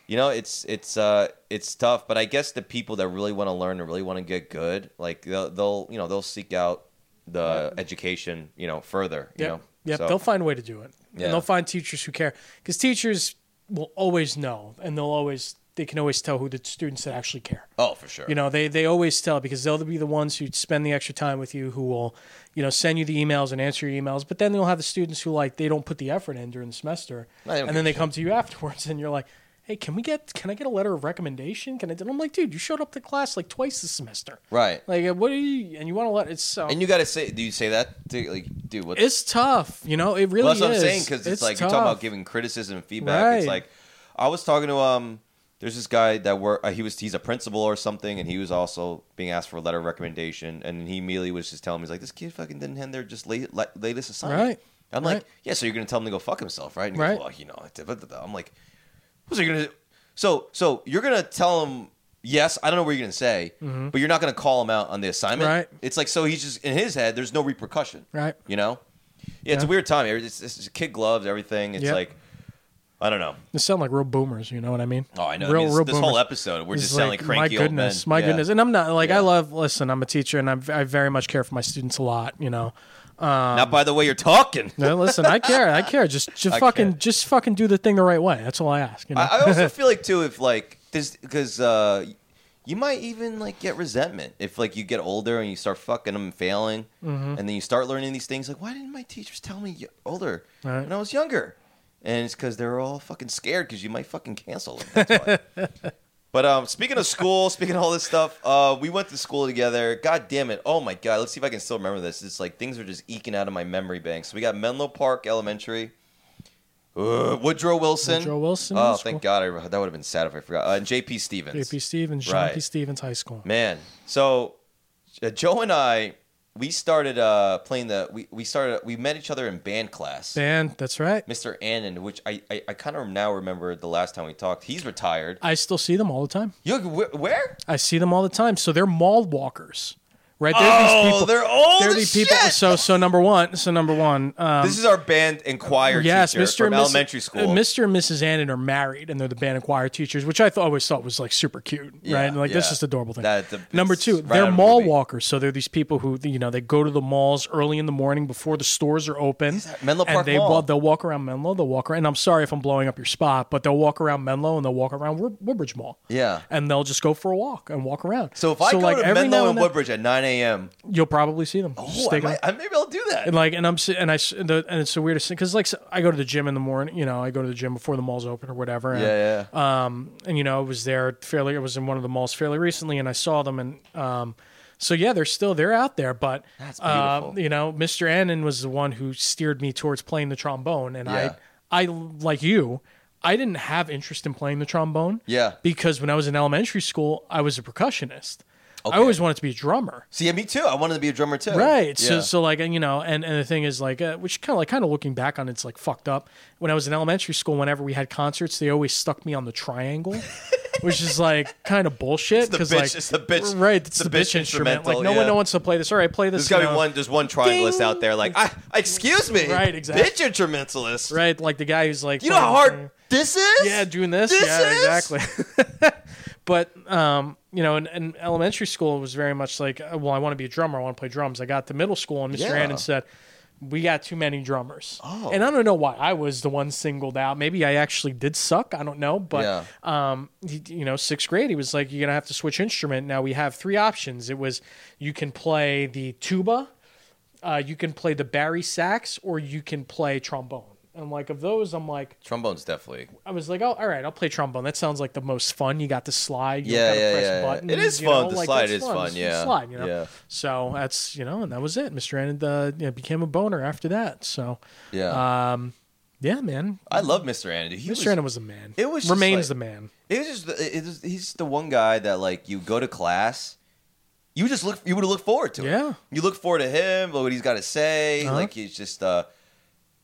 B: You know, it's it's uh it's tough, but I guess the people that really want to learn and really want to get good, like they'll, they'll you know they'll seek out the education you know further. You
A: yeah,
B: know,
A: yeah.
B: So-
A: They'll find a way to do it,
B: Yeah.
A: and they'll find teachers who care because teachers will always know, and they'll always they can always tell who the students that actually care.
B: oh for sure.
A: You know, they they always tell because they'll be the ones who spend the extra time with you, who will, you know, send you the emails and answer your emails. But then they'll have the students who like they don't put the effort in during the semester,
B: No, they don't
A: and then
B: give
A: they
B: a
A: come to you afterwards, and you're like, "Hey, can we get? Can I get a letter of recommendation? Can I?" And I'm like, "Dude, you showed up to class like twice this semester.
B: right?
A: Like, what do you? And you want to let it's so."
B: and you gotta say, do you say that? To, like, dude, what?
A: it's tough, you know. It really
B: Well, that's what I'm
A: is.
B: saying because it's, like you're talking about giving criticism and feedback. It's
A: Right.
B: like I was talking to um, there's this guy that work. Uh, he was he's a principal or something, and he was also being asked for a letter of recommendation, and he immedially was just telling me he's like, this kid fucking didn't hand their just late, la- latest assignment.
A: Right.
B: I'm
A: Right.
B: like, yeah, so you're gonna tell him to go fuck himself, right? And he
A: Right.
B: Goes, well, you know, da- da- da- da." I'm like, what's he gonna? do? So so you're gonna tell him. Yes, I don't know what you're gonna say, but you're not gonna call him out on the assignment.
A: Mm-hmm. Right.
B: It's like so he's just in his head. There's no repercussion.
A: Right.
B: You know. Yeah, it's
A: Yeah.
B: a weird time. It's, it's, it's kid gloves, everything. It's
A: Yeah.
B: like, I don't know.
A: They sound like real boomers, you know what I mean?
B: Oh, I know. I mean, this this whole episode, we're
A: It's
B: just sounding like cranky
A: my goodness,
B: old men.
A: my
B: Yeah.
A: goodness. And I'm not like I
B: Yeah.
A: love. Listen, I'm a teacher, and I'm, I very much care for my students a lot. You know,
B: Not by the way you're talking.
A: No, listen, I care, I care. Just just
B: I
A: fucking
B: care.
A: just fucking do the thing the right way. That's all I ask. You know?
B: I, I also feel like too if like this because uh, you might even like get resentment if like you get older and you start fucking them and failing,
A: Mm-hmm.
B: and then you start learning these things. Like, why didn't my teachers tell me y- older
A: Right.
B: when I was younger? And it's because they're all fucking scared because you might fucking cancel them. That's why. But um, speaking of school, speaking of all this stuff, uh, we went to school together. God damn it! Oh my god! Let's see if I can still remember this. It's like things are just eking out of my memory bank. So we got Menlo Park Elementary, uh, Woodrow Wilson,
A: Woodrow Wilson
B: Oh,
A: Middle
B: thank
A: School.
B: God! I, that would have been sad if I forgot. Uh, and J.P. Stevens,
A: JP Stevens, John P.
B: Right.
A: Stevens High School.
B: man. So uh, Joe and I, we started uh, playing the. We, we started. We met each other in band class.
A: Band, that's right.
B: Mr. Annan, which I I, I kind of now remember the last time we talked. He's retired.
A: I still see them all the time.
B: You wh- where?
A: I see them all the time. So they're mall walkers, right?
B: Oh, they're old
A: they're
B: as
A: these people.
B: shit!
A: So so number one. So number one. Um,
B: This is our band and choir
A: yes,
B: teacher
A: Mr.
B: from
A: and Mrs.
B: elementary school.
A: uh, Mr. and Mrs. Annan are married, and they're the band and choir teachers, which I th- always thought was like super cute,
B: Yeah,
A: right? And, like this
B: yeah.
A: is the adorable thing.
B: That- the-
A: Number
B: it's
A: two,
B: right out
A: they're
B: of a
A: mall
B: movie.
A: walkers, so they're these people who you know they go to the malls early in the morning before the stores are open.
B: that Menlo
A: and
B: Park
A: they
B: Mall?
A: wa- they'll walk around Menlo, they'll walk around. And I'm sorry if I'm blowing up your spot, but they'll walk around Menlo and they'll walk around Wood- Woodbridge Mall.
B: Yeah.
A: and they'll just go for a walk and walk around.
B: So if I go
A: like
B: to
A: every now
B: Menlo and
A: then,
B: Woodbridge at 9 a.m.,
A: you'll probably see them.
B: oh,
A: Just
B: I
A: take a-
B: might, I maybe I'll do that.
A: and like, and I'm, si- and I, s- the, and it's the weirdest thing because like s- I go to the gym in the morning, you know, I go to the gym before the mall's open or whatever. And,
B: yeah,
A: Uh,
B: yeah.
A: and you know, I was there fairly. I was in one of the malls fairly recently, and I saw them, and um, so yeah, they're still they're out there. But
B: That's
A: uh,
B: beautiful.
A: you know, Mr. Annan was the one who steered me towards playing the trombone, and
B: Yeah.
A: I, I like you. I didn't have interest in playing the trombone.
B: Yeah.
A: Because when I was in elementary school, I was a percussionist.
B: Okay.
A: I always wanted to be a drummer.
B: See, yeah, me too. I wanted to be a drummer too.
A: Right.
B: Yeah.
A: So, so like, and, you know, and, and the thing is like, uh, which kind of like, kind of looking back on, it, it's like fucked up. When I was in elementary school, whenever we had concerts, they always stuck me on the triangle, which is like kind of bullshit.
B: the
A: Because
B: bitch-
A: like,
B: it's the bitch-
A: right? It's,
B: it's
A: the,
B: the
A: bitch
B: bitch
A: instrument. Like,
B: instrumental,
A: no one,
B: yeah.
A: no wants to play this. All right, play this.
B: there's got to
A: now.
B: be one. There's one trianglist
A: Ding.
B: out there. Like, I, excuse me,
A: Right, exactly.
B: Bitch instrumentalist.
A: Right, like the guy who's like,
B: You know how
A: playing-
B: hard this is?
A: Yeah, doing this.
B: This
A: yeah,
B: is?
A: exactly. but um, you know, in, in elementary school, it was very much like, uh, well, I want to be a drummer. I want to play drums. I got to middle school, and Mr.
B: Yeah.
A: Annan said, "We got too many drummers."
B: Oh.
A: and I don't know why I was the one singled out. Maybe I actually did suck. I don't know, but
B: Yeah.
A: um, he, you know, sixth grade, he was like, "You're gonna have to switch instrument." Now we have three options. It was you can play the tuba, uh, you can play the Barry sax, or you can play trombone. And like of those, I'm like.
B: Trombone's definitely.
A: I was like, oh, all right, I'll play trombone. That sounds like the most fun. You got to slide. You
B: Yeah,
A: gotta
B: yeah,
A: press
B: yeah, yeah.
A: Buttons,
B: It is
A: you
B: fun.
A: know,
B: The
A: like,
B: slide
A: that's
B: is fun,
A: Just
B: yeah,
A: slide, you know.
B: yeah.
A: So that's you know, and that was it. Mr. Annan uh, you know, became a boner after that. So
B: Yeah,
A: Uh, yeah, man.
B: I love Mr. Andy. He
A: Mr.
B: was-
A: Annan was the man.
B: it was just
A: remains
B: like-
A: the man.
B: It was just the- it was, he's just the one guy that like you go to class, you just look you would look forward to it.
A: Yeah.
B: you look forward to him, like what he's got to say.
A: Uh-huh.
B: Like he's just a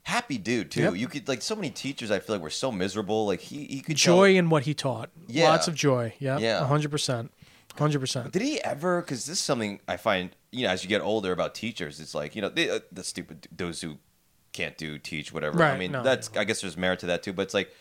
B: happy dude too.
A: Yep.
B: You could like so many teachers I feel like were so miserable. Like he he could tell-
A: Joy in what he taught.
B: Yeah.
A: Lots of joy. Yeah.
B: Yeah.
A: hundred percent. hundred percent.
B: Did he ever? Because this is something I find you know as you get older about teachers, it's like you know they, uh, the stupid those who can't do teach whatever. I
A: Right,
B: mean
A: no,
B: that's I guess there's merit to that too, but it's like.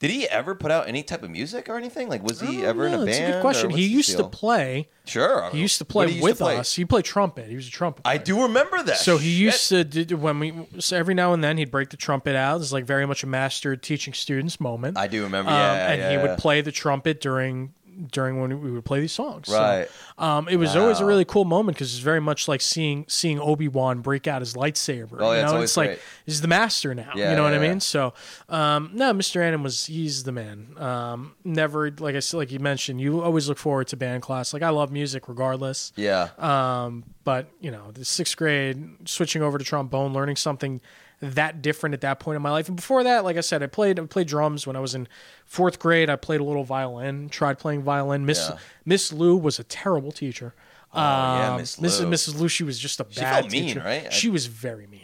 B: Did he ever put out any type of music or anything? Like, was he ever in a
A: Uh, It's
B: band?
A: a good
B: or
A: question.
B: what's
A: He
B: his
A: used to
B: deal?
A: play.
B: Sure,
A: He used to
B: What
A: play
B: did he used
A: with
B: to play?
A: us. He played trumpet. He was a trumpet.
B: I
A: player.
B: do remember that.
A: So he
B: Shit.
A: used to do, do- when we so every now and then he'd break the trumpet out. It's like very much a master teaching students moment.
B: I do remember.
A: Um,
B: Yeah, yeah,
A: and he
B: yeah, yeah.
A: would play the trumpet during during when we would play these songs. So,
B: Right.
A: um, it was always a
B: Wow.
A: really cool moment because it's very much like seeing seeing Obi Wan break out his lightsaber.
B: Oh, yeah,
A: you
B: it's
A: know,
B: always
A: it's like
B: great.
A: he's the master now.
B: Yeah,
A: you know what
B: yeah,
A: I mean?
B: yeah.
A: So um, no, Mr. Annan was he's the man. Um, never like I s- like you mentioned, you always look forward to band class. Like I love music regardless.
B: Yeah.
A: Um, but you know, the sixth grade, switching over to trombone, learning something that different at that point in my life. And before that, like I said, I played I played drums when I was in fourth grade. I played a little violin, tried playing violin. Miss
B: Yeah.
A: Miss Lou was a terrible teacher. Oh,
B: yeah, Miss
A: Mrs.
B: Lou.
A: Mrs. Lou, she was just a bad
B: felt mean,
A: teacher.
B: right? I-
A: She was very mean.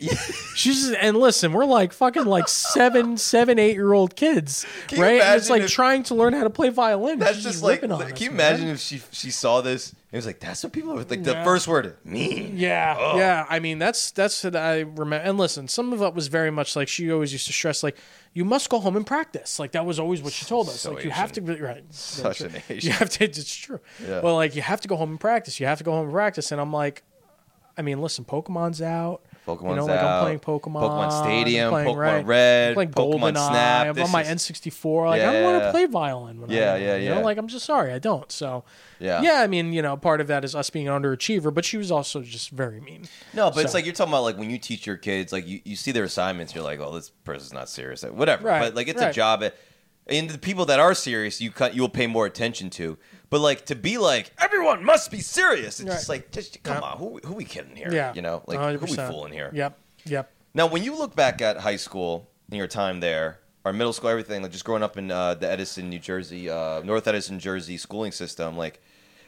A: She's and listen, we're like fucking like seven, seven, eight year old kids,
B: Can you
A: right? And it's
B: imagine
A: like
B: if-
A: trying to learn how to play violin.
B: That's
A: She's
B: just like.
A: ripping
B: Can
A: on us,
B: you
A: man.
B: imagine if she she saw this It was like that's what people were like. The first word, mean.
A: Yeah,
B: Oh.
A: yeah. I mean, that's that's what I remember. And listen, some of it was very much like she always used to stress, like you must go home and practice. Like that was always what she told us.
B: So
A: like you have to
B: Asian.
A: be right.
B: Such an
A: You
B: Asian.
A: have to. It's true.
B: Yeah.
A: Well, like you have to go home and practice. You have to go home and practice. And I'm like, I mean, listen, Pokemon's out.
B: Pokemon's
A: you know, like
B: out.
A: I'm playing Pokemon,
B: Pokemon Stadium,
A: I'm playing,
B: Pokemon
A: right,
B: Red,
A: I'm playing
B: Pokemon
A: GoldenEye,
B: Snap.
A: I'm
B: This
A: on my
B: is-
A: N64. Like I don't want
B: Yeah.
A: to play violin. When
B: Yeah,
A: I'm,
B: yeah,
A: you know?
B: yeah.
A: Like I'm just sorry, I don't. So
B: Yeah.
A: yeah. I mean, you know, part of that is us being an underachiever, but she was also just very mean.
B: No, but it's
A: So-
B: like you're talking about like when you teach your kids, like you, you see their assignments, you're like, oh, this person's not serious, Like, whatever.
A: Right,
B: But like it's a
A: right.
B: job. At, and the people that are serious, you cut, you will pay more attention to. But like to be like everyone must be serious. It's just
A: Right.
B: like just come on, who who we kidding here?
A: Yeah.
B: you know, like who we
A: 100%.
B: fooling here?
A: Yep. Yep.
B: Now, when you look back at high school and your time there, or middle school, everything, like just growing up in uh, the Edison, New Jersey, uh, North Edison, Jersey schooling system, like,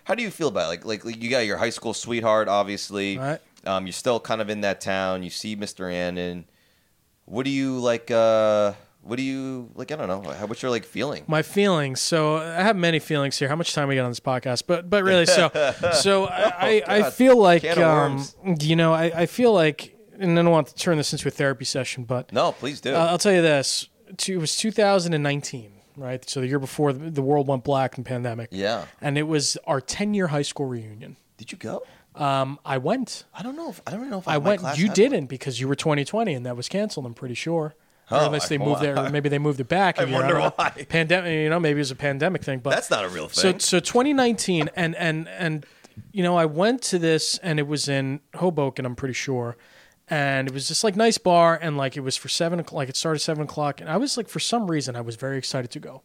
B: how do you feel about it? Like, like, like you got your high school sweetheart, obviously.
A: Right.
B: Um, you're still kind of in that town. You see Mr. Annan. What do you like? Uh, what do you like? I don't know. How, what's your like feeling?
A: My feelings. So I have many feelings here. How much time we got on this podcast? But but really, so so I, I, I
B: Oh, God.
A: feel like
B: Can of
A: um,
B: worms.
A: you know I, I feel like and I don't want to turn this into a therapy session, but
B: No, please do.
A: Uh, I'll tell you this: Two- it was 2019, right? So the year before the, the world went black in pandemic.
B: Yeah.
A: and it was our 10 year high school reunion.
B: Did you go?
A: Um, I went.
B: I don't know. If, I don't know if
A: I
B: my
A: went.
B: class
A: You
B: had
A: didn't because you were 2020 and that was canceled. I'm pretty sure. Or
B: Oh,
A: unless they
B: I-
A: moved there, or maybe they moved it back. I
B: wonder why.
A: Pandemic, you know, maybe it was a pandemic thing. But
B: That's not a real
A: so
B: thing.
A: so 2019 and and and you know I went to this and it was in Hoboken I'm pretty sure and it was just like nice bar and like it was for seven o'clock like it started seven o'clock and I was like for some reason I was very excited to go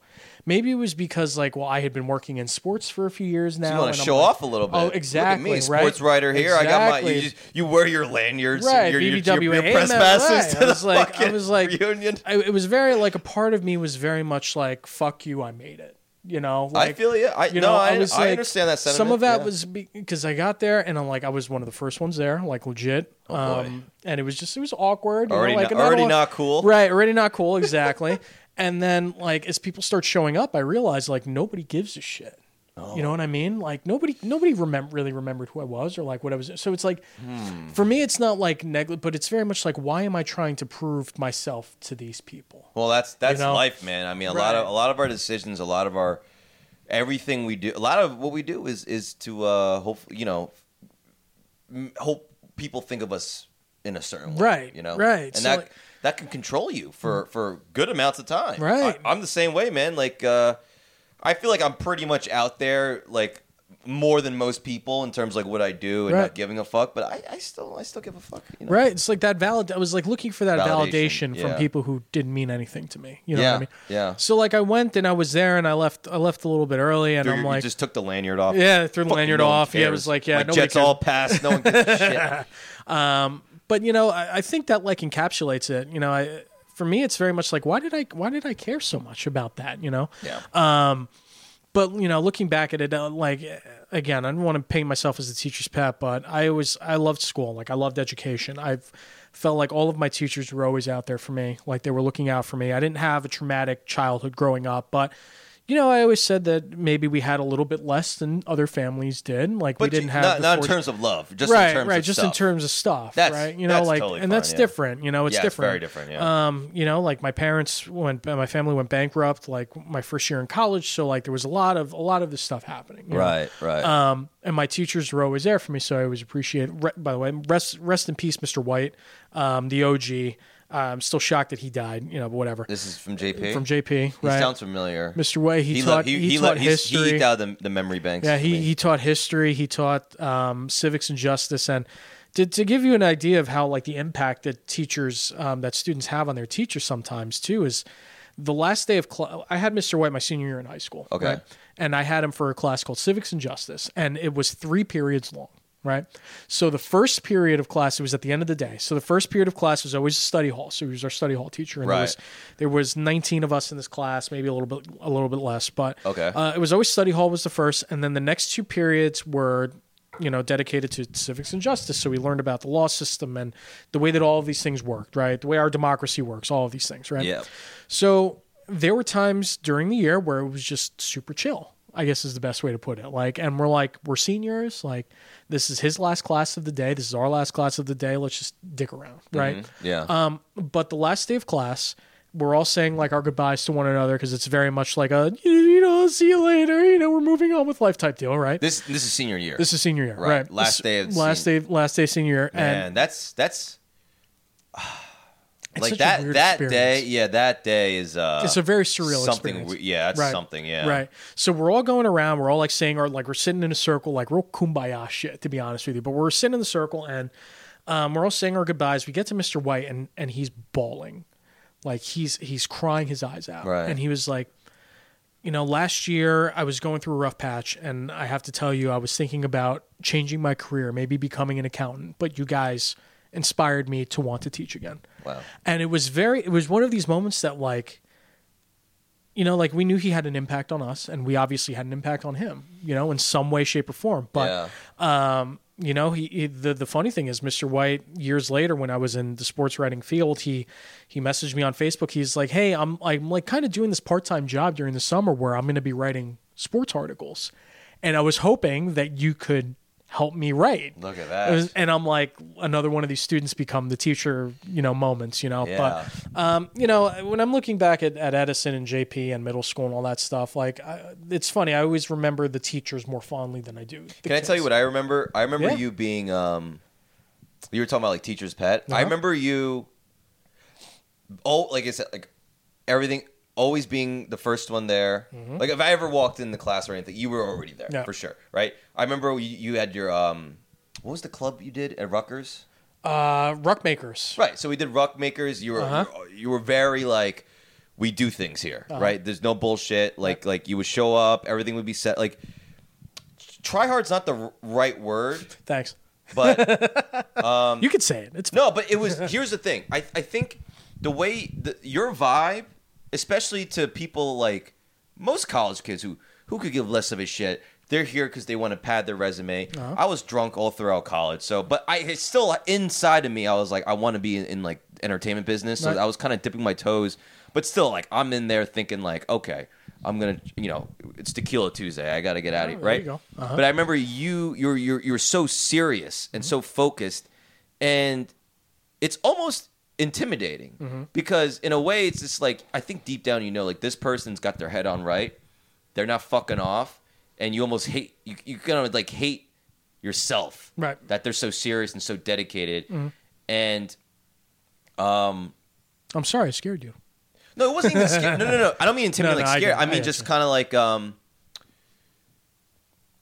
A: maybe it was because like well I had been working in sports for a few years now
B: you want
A: and
B: to
A: I'm
B: show
A: like,
B: off a little bit.
A: oh
B: Look at
A: exactly
B: me,
A: right?
B: sports writer here. I got my. You,
A: Exactly.
B: just, you wear your lanyards,
A: Right,
B: your, your, your,
A: BBWA,
B: your press
A: man,
B: passes
A: right.
B: to
A: I was
B: the
A: like- I
B: fucking
A: was like-
B: reunion.
A: I, it was very like a part of me was very much like fuck you, I made it. You know, like,
B: feel ya. I- no, I- I understand that
A: Some
B: sentiment,
A: of that
B: yeah.
A: was because I got there and I'm like I was one of the first ones there, like legit. um, and it was just it was awkward. you know,
B: Oh, Already
A: like,
B: not-
A: and I don't
B: already
A: want-
B: not cool.
A: Right, already not cool. Exactly. and then like as people start showing up, I realize like nobody gives a shit. You
B: Oh.
A: know what I mean? Like nobody, nobody remem- really remembered who I was or like what I was. So it's like,
B: Hmm.
A: for me, it's not like negligent, but it's very much like, why am I trying to prove myself to these people?
B: Well, that's that's
A: know?
B: life, man. I mean, a lot of
A: Right.
B: a lot of our decisions, a lot of our everything we do, a lot of what we do is is to uh, hope you know m- hope people think of us in a certain way,
A: Right,
B: You know,
A: right.
B: and
A: So,
B: that
A: like-
B: that can control you for for good amounts of time,
A: Right.
B: I, I'm the same way, man. Like, uh, I feel like I'm pretty much out there, like. More than most people in terms of like what I do and
A: Right.
B: not giving a fuck, but I, I still I still give a fuck. You know?
A: Right? It's like that valid. I was like looking for that
B: Validation,
A: validation,
B: yeah.
A: from people who didn't mean anything to me. You know
B: yeah,
A: what I mean?
B: yeah.
A: So like I went and I was there and I left. I left a little bit early and
B: Dude,
A: I'm
B: you
A: like,
B: just took the lanyard off.
A: yeah, threw the
B: Fucking
A: lanyard
B: no one
A: off. Yeah, it
B: cares.
A: was like, yeah,
B: My
A: nobody
B: jets
A: cares.
B: all passed. No one gives a shit.
A: but you know, I, I think that like encapsulates it. You know, I for me, it's very much like why did I why did I care so much about that? You know,
B: Yeah.
A: but you know, looking back at it, uh, like eh, again, I don't want to paint myself as a teacher's pet, but I always I loved school, like I loved education. I've felt like all of my teachers were always out there for me, like they were looking out for me. I didn't have a traumatic childhood growing up, but you know, I always said that maybe we had a little bit less than other families did. Like we
B: but
A: didn't
B: you-
A: have
B: not,
A: the
B: not in
A: force-
B: terms of love, just
A: right,
B: in terms
A: right,
B: of
A: just in
B: stuff.
A: terms of stuff,
B: That's-
A: right? You know,
B: that's
A: like,
B: totally
A: and that's
B: fine, yeah.
A: different. You know, it's
B: yeah,
A: different.
B: It's very different. Yeah.
A: Um, you know, like my parents went, my family went bankrupt, like my first year in college. So like there was a lot of a lot of this stuff happening. you know?
B: right. Right.
A: Um, and my teachers were always there for me, so I always appreciate. Re- by the way, rest rest in peace, Mr. White, um, the OG. Uh, I'm still shocked that he died. You know, but whatever.
B: this is from JP.
A: From JP,
B: He
A: right?
B: sounds familiar.
A: Mr. White, he,
B: lo-
A: taught he,
B: lo-
A: taught
B: he's-
A: history.
B: He eked out the, the memory banks.
A: Yeah,
B: to
A: he,
B: me.
A: he taught history. He taught um, civics and justice. And to, to give you an idea of how like the impact that teachers um, that students have on their teachers sometimes too is the last day of class. I had Mr. White my senior year in high school.
B: Okay.
A: and I had him for a class called civics and justice, and it was three periods long. Right. So the first period of class, it was at the end of the day. So the first period of class was always a study hall. So he was our study hall teacher. And
B: Right.
A: there, was, there was 19 of us in this class, maybe a little bit, a little bit less, but
B: Okay.
A: uh, it was always study hall was the first, and then the next two periods were, you know, dedicated to civics and justice. So we learned about the law system and the way that all of these things worked, right? The way our democracy works, all of these things, right?
B: Yeah.
A: So there were times during the year where it was just super chill. I guess is the best way to put it. Like, and we're like, we're seniors. Like, this is his last class of the day. This is our last class of the day. Let's just dick around, right?
B: Yeah.
A: Um, but the last day of class, we're all saying like our goodbyes to one another because it's very much like a you, you know I'll see you later. You know we're moving on with life type deal, right?
B: this this is senior year.
A: This is senior year,
B: Right.
A: right? This-
B: Last day of
A: last
B: sen-
A: day, last day of senior year, and
B: and that's that's
A: it's
B: like
A: such a
B: that
A: weird
B: that
A: experience.
B: day. Yeah, that day is uh
A: It's a very surreal
B: something.
A: experience.
B: we- yeah, that's
A: Right.
B: something. Yeah.
A: Right. So we're all going around. We're all like saying our like we're sitting in a circle, like real kumbaya shit, to be honest with you. But we're sitting in the circle and um, we're all saying our goodbyes. We get to Mr. White and and he's bawling, like he's he's crying his eyes out.
B: Right.
A: And he was like, you know, last year I was going through a rough patch, and I have to tell you, I was thinking about changing my career, maybe becoming an accountant. But you guys inspired me to want to teach again
B: Wow.
A: and it was very it was one of these moments that like you know like we knew he had an impact on us and we obviously had an impact on him you know in some way shape or form but
B: yeah.
A: you know he, he the, the funny thing is mr white years later when i was in the sports writing field he he messaged me on facebook he's like hey i'm i'm like kind of doing this part-time job during the summer where i'm going to be writing sports articles and i was hoping that you could help me write
B: Look at
A: It was-
B: that.
A: and i'm like another one of these students become the teacher you know moments you know
B: Yeah.
A: but um, you know when i'm looking back at, at edison and jp and middle school and all that stuff like I, it's funny i always remember the teachers more fondly than i do the
B: Can I tell
A: kids.
B: you what I remember? I remember
A: Yeah.
B: you being um you were talking about like teacher's pet. I
A: Uh-huh.
B: remember you oh like I said like everything always being the first one there. Like if I ever walked in the class or anything, you were already there
A: Mm-hmm. Yeah.
B: for sure, right? I remember you, you had your um what was the club you did at Rutgers?
A: uh, ruckmakers
B: Right. So we did Ruck Makers. You were
A: Uh-huh.
B: you were very like we do things here, right? There's no bullshit. Like like you would show up, everything would be set. Like tryhard's not the r- right word,
A: Thanks.
B: but
A: you could say it. It's
B: Um, no, but it was here's the thing. I I think the way the, your vibe, especially to people like most college kids who who could give less of a shit. They're here because they want to pad their resume. I was drunk all throughout college, so but I it's still inside of me. I was like, I want to be in, in like entertainment business, so
A: Right.
B: I was kind of dipping my toes, but still like I'm in there thinking like, okay, I'm gonna, you know, it's Tequila Tuesday. I got to get out of
A: Oh,
B: here,
A: there
B: right?
A: you go. Uh-huh.
B: But I remember you, you're you're you're so serious and
A: Mm-hmm.
B: so focused, and it's almost intimidating
A: Mm-hmm.
B: because in a way it's just like I think deep down you know like this person's got their head on right, they're not fucking off, and you almost hate you you kind of like hate yourself
A: Right. Mm-hmm.
B: that they're so serious and so dedicated, and
A: I'm sorry, I scared you.
B: No, it wasn't even scary. No, no, no. I don't mean intimidating,
A: No, no,
B: like
A: I
B: scary.
A: get-
B: I,
A: I
B: mean
A: get
B: just
A: you.
B: kind of like um.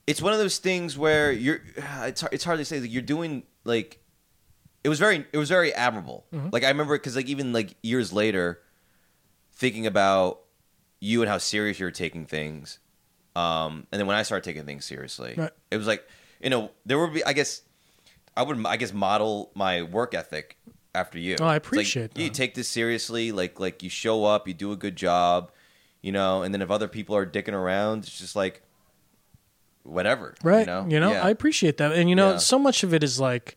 B: It's one of those things where you're. It's hard, it's hard to say. Like you're doing like, it was very it was very admirable.
A: Mm-hmm.
B: Like I remember because like even like years later, thinking about you and how serious you were taking things, um, and then when I started taking things seriously,
A: Right.
B: it was like you know there would be I guess I would I guess model my work ethic after you.
A: Oh, I
B: It's like,
A: appreciate
B: you
A: that.
B: take this seriously. Like like you show up, you do a good job, you know. And then if other people are dicking around, it's just like whatever,
A: Right.
B: You know, Yeah.
A: I appreciate that. And you know,
B: Yeah.
A: so much of it is like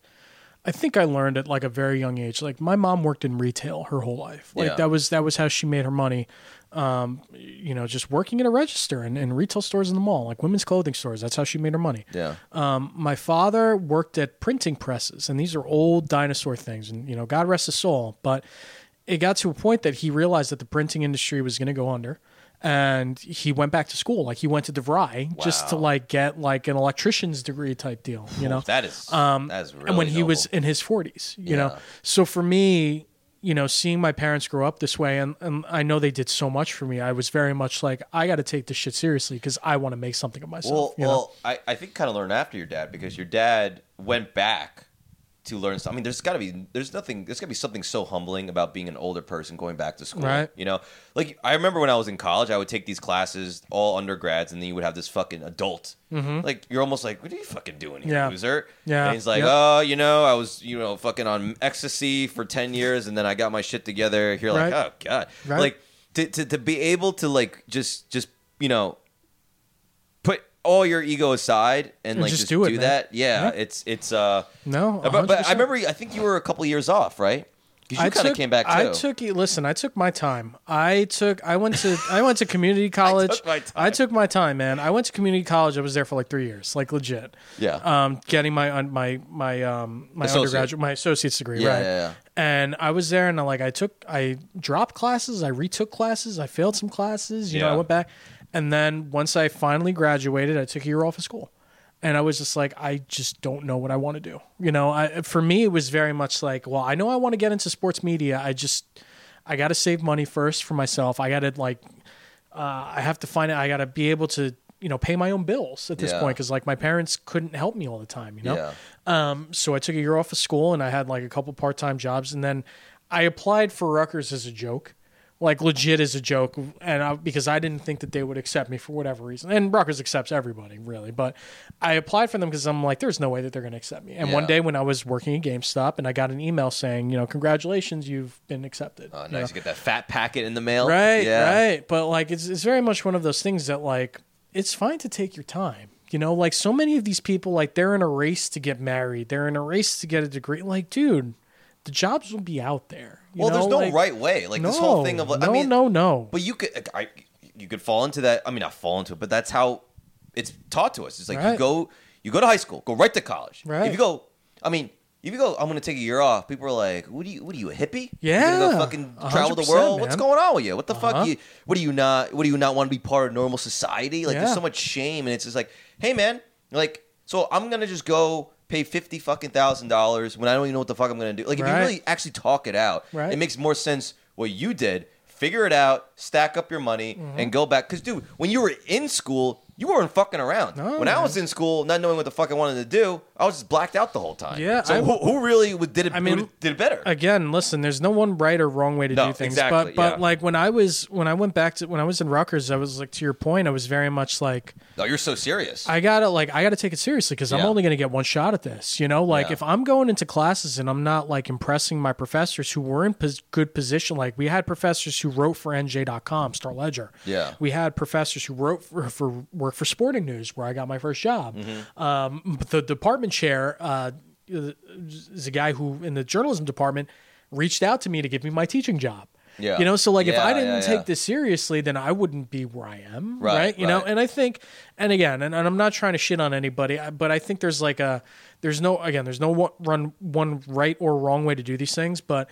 A: I think I learned at like a very young age. Like my mom worked in retail her whole life. Like
B: Yeah.
A: that was that was how she made her money. Um, you know, just working at a register and, and retail stores in the mall, like women's clothing stores. That's how she made her money.
B: yeah,
A: Um, my father worked at printing presses, and these are old dinosaur things, and you know, God rest his soul. But it got to a point that he realized that the printing industry was going to go under, and he went back to school. Like he went to DeVry just to
B: Wow.
A: like get like an electrician's degree type deal, you know.
B: that is that is really
A: Um, and when he was
B: noble.
A: in his 40s, you know.
B: Yeah.
A: So for me, you know, seeing my parents grow up this way, and, and I know they did so much for me, I was very much like, I got to take this shit seriously because I want to make something of myself.
B: well,
A: you know?
B: well, I I think kind of learned after your dad because your dad went back. To learn, something. I mean, there's got to be, there's nothing, there's got to be something so humbling about being an older person going back to school.
A: Right.
B: You know, like I remember when I was in college, I would take these classes, all undergrads, and then you would have this fucking adult. Like you're almost like, what are you fucking doing here,
A: Mm-hmm. Yeah.
B: loser?
A: Yeah.
B: And he's like,
A: Yep.
B: oh, you know, I was, you know, fucking on ecstasy for ten years, and then I got my shit together. You're like,
A: Right.
B: oh god,
A: Right.
B: like to, to to be able to like just just you know put all your ego aside and,
A: And
B: like just,
A: just
B: do,
A: do it, man.
B: that. Yeah,
A: Yeah.
B: it's it's uh
A: No,
B: But, but
A: 100%.
B: I remember. I think you were a couple years off, right?
A: I
B: Because you kind of
A: took-
B: came back too.
A: I took e, listen. I took my time. I took. I went to. I went to community college.
C: took my time.
A: I took my time, man. I went to community college. I was there for like three years, like legit.
B: Yeah.
A: Um, getting my un- my my um my
B: Associate.
A: undergraduate my associate's degree.
B: Yeah,
A: right.
B: yeah, yeah.
A: And I was there, and I, like I took, I dropped classes, I retook classes, I failed some classes. You know,
C: Yeah.
A: I went back, and then once I finally graduated, I took a year off of school, and I was just like, I just don't know what I want to do. You know, I for me it was very much like, well, I know I want to get into sports media. I just, I got to save money first for myself. I got to like, uh, I have to find out. I got to be able to, you know, pay my own bills at this
B: Yeah.
A: point because like my parents couldn't help me all the time. You know.
B: Yeah.
A: Um, so I took a year off of school and I had like a couple part time jobs, and then I applied for Rutgers as a joke, like legit as a joke, and I, because I didn't think that they would accept me for whatever reason. And Rutgers accepts everybody really, but I applied for them because I'm like, there's no way that they're going to accept me. And one
B: Yeah.
A: day when I was working at GameStop, and I got an email saying, you know, congratulations, you've been accepted.
B: Oh,
A: you know?
B: nice. You get that fat packet in the mail.
A: Right,
B: Oh, Yeah.
A: right. But like it's it's very much one of those things that like it's fine to take your time. You know, like so many of these people like they're in a race to get married, they're in a race to get a degree. Like, dude, the jobs will be out there. you
B: Well,
A: know?
B: there's no
A: Like,
B: right way. Like this whole thing of like,
A: no,
B: I mean,
A: no, no.
B: But you could, I, you could fall into that. I mean, not fall into it, but that's how it's taught to us. It's like you
A: Right.
B: go, you go to high school, go right to college.
A: Right.
B: If you go, I mean, if you go, I'm going to take a year off. People are like, "What are you? What are you a hippie? you gonna
A: Yeah,
B: go fucking
A: a hundred
B: travel the
A: percent,
B: world. What's
A: man.
B: going on with you? What the
A: Uh-huh.
B: fuck? You, what do you not? What do you not want to be part of normal society? Like,
A: Yeah.
B: there's so much shame, and it's just like, hey, man, like, so I'm gonna just go pay fifty fucking thousand dollars when I don't even know what the fuck I'm gonna do. Like, if
A: Right.
B: you really actually talk it out,
A: Right.
B: it makes more sense what you did. Figure it out, stack up your money,
A: Mm-hmm.
B: and go back. Because, dude, when you were in school, you weren't fucking around.
A: No,
B: when I was in school, not knowing what the fuck I wanted to do, I was just blacked out the whole time.
A: Yeah,
B: So
A: I-
B: who, who really would- did it?
A: I mean,
B: who did it better.
A: Again, listen, there's no one right or wrong way to
B: No,
A: do things.
B: exactly,
A: but but
B: yeah.
A: like when I was when I went back to when I was in Rutgers, I was like to your point, I was very much like
B: no, you're so serious.
A: I gotta like I gotta take it seriously because I'm
B: Yeah.
A: only gonna get one shot at this. You know, like
B: Yeah.
A: if I'm going into classes and I'm not like impressing my professors who were in pos- good position, like we had professors who wrote for NJ.com, Star Ledger.
B: Yeah.
A: we had professors who wrote for, for work for Sporting News, where I got my first job.
B: Mm-hmm.
A: Um, but the department chair uh, is a guy who in the journalism department reached out to me to give me my teaching job.
B: Yeah.
A: You know, so like if
B: Yeah,
A: I
B: yeah,
A: didn't
B: yeah.
A: take this seriously, then I wouldn't be where I am.
B: Right,
A: Right. You know,
B: right.
A: and I think, and again, and, and I'm not trying to shit on anybody, I- but I think there's like a, there's no, again, there's no one, run one right or wrong way to do these things, but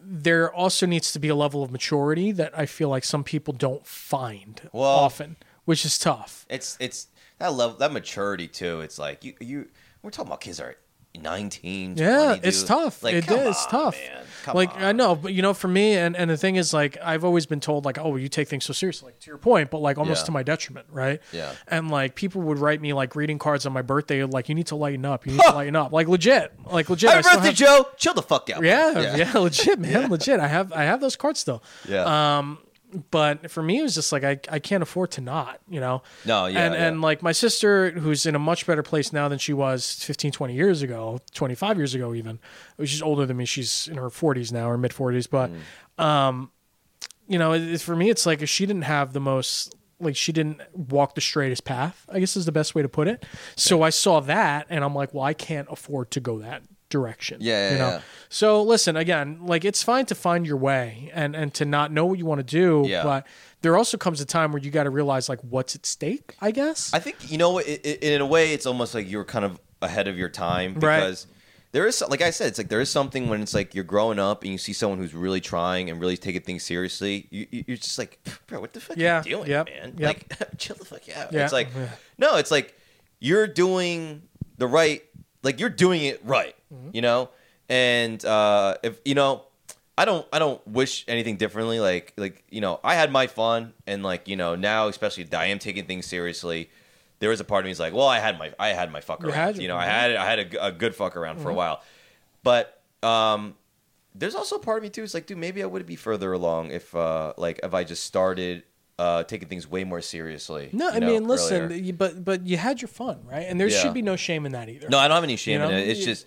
A: there also needs to be a level of maturity that I feel like some people don't find
B: Well-
A: often, which is tough.
B: it's it's that level, that maturity too. It's like you you. We're talking about kids that are 19.
A: Yeah,
B: 20,
A: it's
B: dude.
A: tough.
B: Like,
A: it
B: come
A: is
B: on,
A: tough.
B: man. Come
A: like
B: on.
A: I know, but you know, for me, and and the thing is, like I've always been told, like, oh, you take things so seriously, like, to your point, but like almost
B: Yeah.
A: to my detriment, right?
B: Yeah.
A: And like people would write me like greeting cards on my birthday, like you need to lighten up, you need to lighten up, like legit, like legit. I
B: Happy
A: still
B: birthday,
A: have-
B: Joe. Chill the fuck out.
A: Yeah, yeah, legit, man, legit. I have I have those cards still. Um,
B: Yeah.
A: But for me, it was just like I, I can't afford to not, you know.
B: No, yeah,
A: And
B: yeah.
A: and like my sister, who's in a much better place now than she was 15, 20 years ago, twenty five years ago even. She's older than me. She's in her forties now, or mid forties. But
B: Mm.
A: um, you know, it, it- for me, it's like if she didn't have the most, like she didn't walk the straightest path, I guess is the best way to put it. So I saw that and I'm like, well, I can't afford to go that direction.
B: Yeah, yeah,
A: you know?
B: yeah.
A: So listen, again, like it's fine to find your way and, and to not know what you want to do,
B: Yeah.
A: but there also comes a time where you got to realize like what's at stake, I guess.
B: I think you know, i i in a way, it's almost like you're kind of ahead of your time
A: Right.
B: because there is, like I said, it's like there is something when it's like you're growing up and you see someone who's really trying and really taking things seriously. You, you- you're just like, bro, what the fuck
A: Yeah,
B: are you doing,
A: yep,
B: man?
A: yep.
B: Like, chill the fuck out.
A: Yeah,
B: It's like,
A: yeah.
B: no, it's like you're doing the right, like you're doing it right,
A: Mm-hmm.
B: you know. And uh, if you know, I don't, I don't wish anything differently. Like, like you know, I had my fun, and like you know, now especially I am taking things seriously. There is a part of me is like, well, I had my, I had my fuck
A: You
B: around. You,
A: had your- Mm-hmm.
B: know, I had, I had a, g- a good fuck around for a while, but um, there's also a part of me too. It's like, dude, maybe I would be further along if, uh, like, if I just started. Uh, taking things way more seriously.
A: no,
B: you
A: I
B: know,
A: mean, listen,
B: earlier.
A: you- but but you had your fun, right? And there
B: Yeah.
A: should be no shame in that either.
B: No, I don't have any shame
A: You know?
B: in it. It's
A: Yeah.
B: just,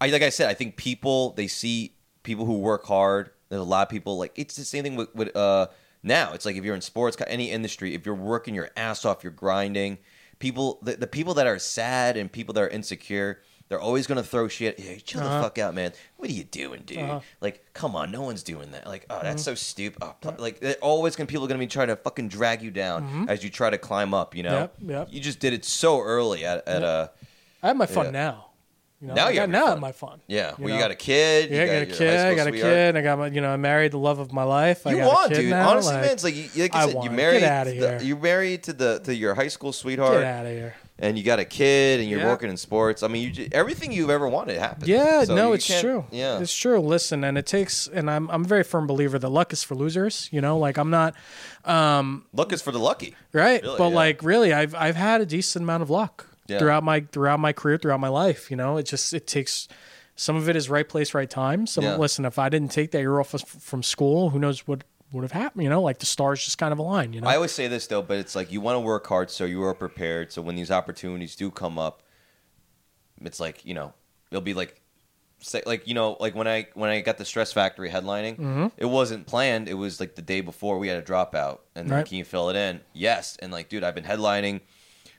B: I like I said, I think people they see people who work hard. There's a lot of people like it's the same thing with, with uh now. It's like if you're in sports, any industry, if you're working your ass off, you're grinding. People, the, the people that are sad and people that are insecure, They're always gonna throw shit. Yeah, chill
A: Uh-huh.
B: the fuck out, man. What are you doing, dude? Like, come on, no one's doing that. Like, oh,
A: Mm-hmm.
B: that's so stupid. Oh, pl- Like, they're always gonna people are gonna be trying to fucking drag you down as you try to climb up. You know,
A: Mm-hmm. Yep, yep.
B: you just did it so early at at uh
A: I have my fun
B: Yeah.
A: now. You know,
B: Now
A: I
B: you
A: got,
B: have your
A: now I
B: fun.
A: have my fun.
B: yeah. Well,
A: know?
B: you got a kid.
A: Yeah, I got a
B: your high
A: kid. I
B: school
A: got a
B: sweetheart.
A: kid. I got my, you know, I married the love of my life. I
B: You
A: got a
B: want,
A: kid
B: dude.
A: now,
B: Honestly,
A: like,
B: man, it's like you, like
A: I
B: I said,
A: want.
B: you
A: Get
B: married.
A: outta here.
B: The, you're married to the to your high school
A: get
B: sweetheart,
A: out of here.
B: and you got a kid, and you're
A: Yeah.
B: working in sports. I mean, you ju- everything you've ever wanted happened.
A: Yeah,
B: So
A: no,
B: you
A: it's
B: can't-
A: true.
B: Yeah,
A: it's true. Listen, and it takes, and I'm I'm a very firm believer that luck is for losers. You know, like I'm not
B: luck is for the lucky.
A: right,
B: Really,
A: but
B: yeah.
A: like really, I've I've had a decent amount of luck
B: Yeah.
A: throughout my throughout my career, throughout my life. You know, it just it takes. Some of it is right place, right time. Some
B: Yeah.
A: listen, if I didn't take that year off f- from school, who knows what would have happened? You know, like the stars just kind of align. You know,
B: I always say this though, but it's like you want to work hard so you are prepared. So when these opportunities do come up, it's like you know it'll be like, say, like you know, like when I when I got the Stress Factory headlining,
A: Mm-hmm.
B: it wasn't planned. It was like the day before we had a dropout, and then
A: Right.
B: can you fill it in? Yes, and like dude, I've been headlining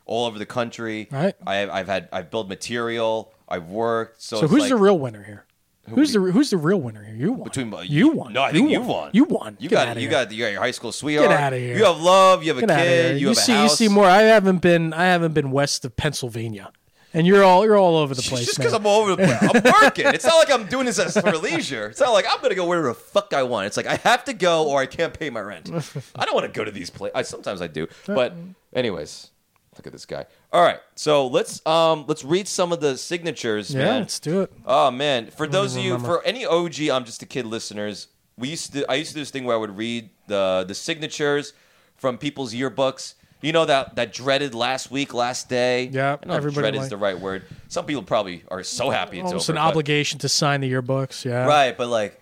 B: all over the country.
A: Right.
B: I, I've had I've built material. I've worked. So,
A: so
B: it's
A: who's
B: like,
A: the real winner here? Who's
B: do
A: the who's the real winner here? You won.
B: Between-
A: you won.
B: No, I think you
A: won.
B: won.
A: You won.
B: You
A: Get
B: got
A: outta
B: you
A: here.
B: got you got your high school sweetheart.
A: outta here.
B: You have love. You have a
A: Get outta
B: kid.
A: here.
B: You, have
A: see,
B: a house.
A: you see more. I haven't been. I haven't been west of Pennsylvania, and you're all you're all over the place.
B: It's just
A: man.
B: because I'm all over the place. I'm working. It's not like I'm doing this as for leisure. It's not like I'm gonna go wherever the fuck I want. It's like I have to go or I can't pay my rent. I don't want to go to these places. Sometimes I do, but anyways, look at this guy. All right, so let's um let's read some of the signatures,
A: yeah,
B: man.
A: let's do it.
B: Oh man, for those of you,
A: remember.
B: for any OG, I'm just a kid listeners. We used to, I used to do this thing where I would read the the signatures from people's yearbooks. You know that that dreaded last week, last day.
A: Yeah,
B: I don't know if
A: everybody
B: dread is
A: like-
B: the right word. Some people probably are so happy it's
A: Almost
B: over.
A: an
B: but-
A: obligation to sign the yearbooks. Yeah,
B: right? But like,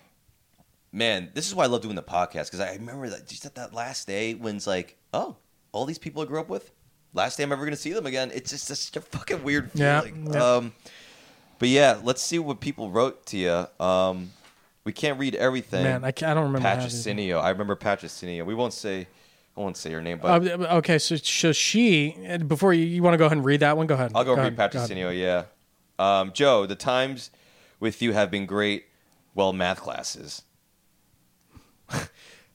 B: man, this is why I love doing the podcast because I remember that just at that last day when it's like, oh, all these people I grew up with, last day I'm ever going to see them again. It's just such a fucking weird
A: Yeah,
B: feeling.
A: yeah.
B: Um, but yeah, let's see what people wrote to you. Um, we can't read everything.
A: man. I, ca- I don't remember. how to-
B: Patricinio, I remember Patricinio. We won't say, I won't say her name, but
A: Uh, okay, so so she and before you, you want to go ahead and read that one. Go ahead.
B: I'll go, read
A: ahead, go ahead.
B: Patricinio. Yeah, um, Joe, the times with you have been great. Well, math classes.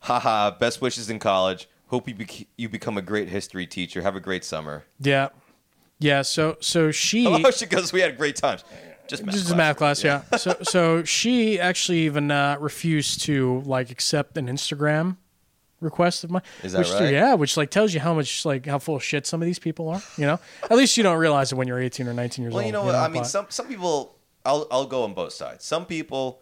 B: Haha, best wishes in college. Hope you bec- you become a great history teacher. Have a great summer.
A: Yeah, yeah. So so she.
B: I love how she goes, we had great times. Just math
A: Just
B: class.
A: a math class, yeah. so, so she actually even uh, refused to like accept an Instagram request of mine.
B: Is that
A: which,
B: right?
A: Yeah, which like tells you how much like how full of shit some of these people are. You know, at least you don't realize it when you're 18 or 19 years
B: Well,
A: old.
B: you know what? I mean,
A: but-
B: some some people, I'll I'll go on both sides. Some people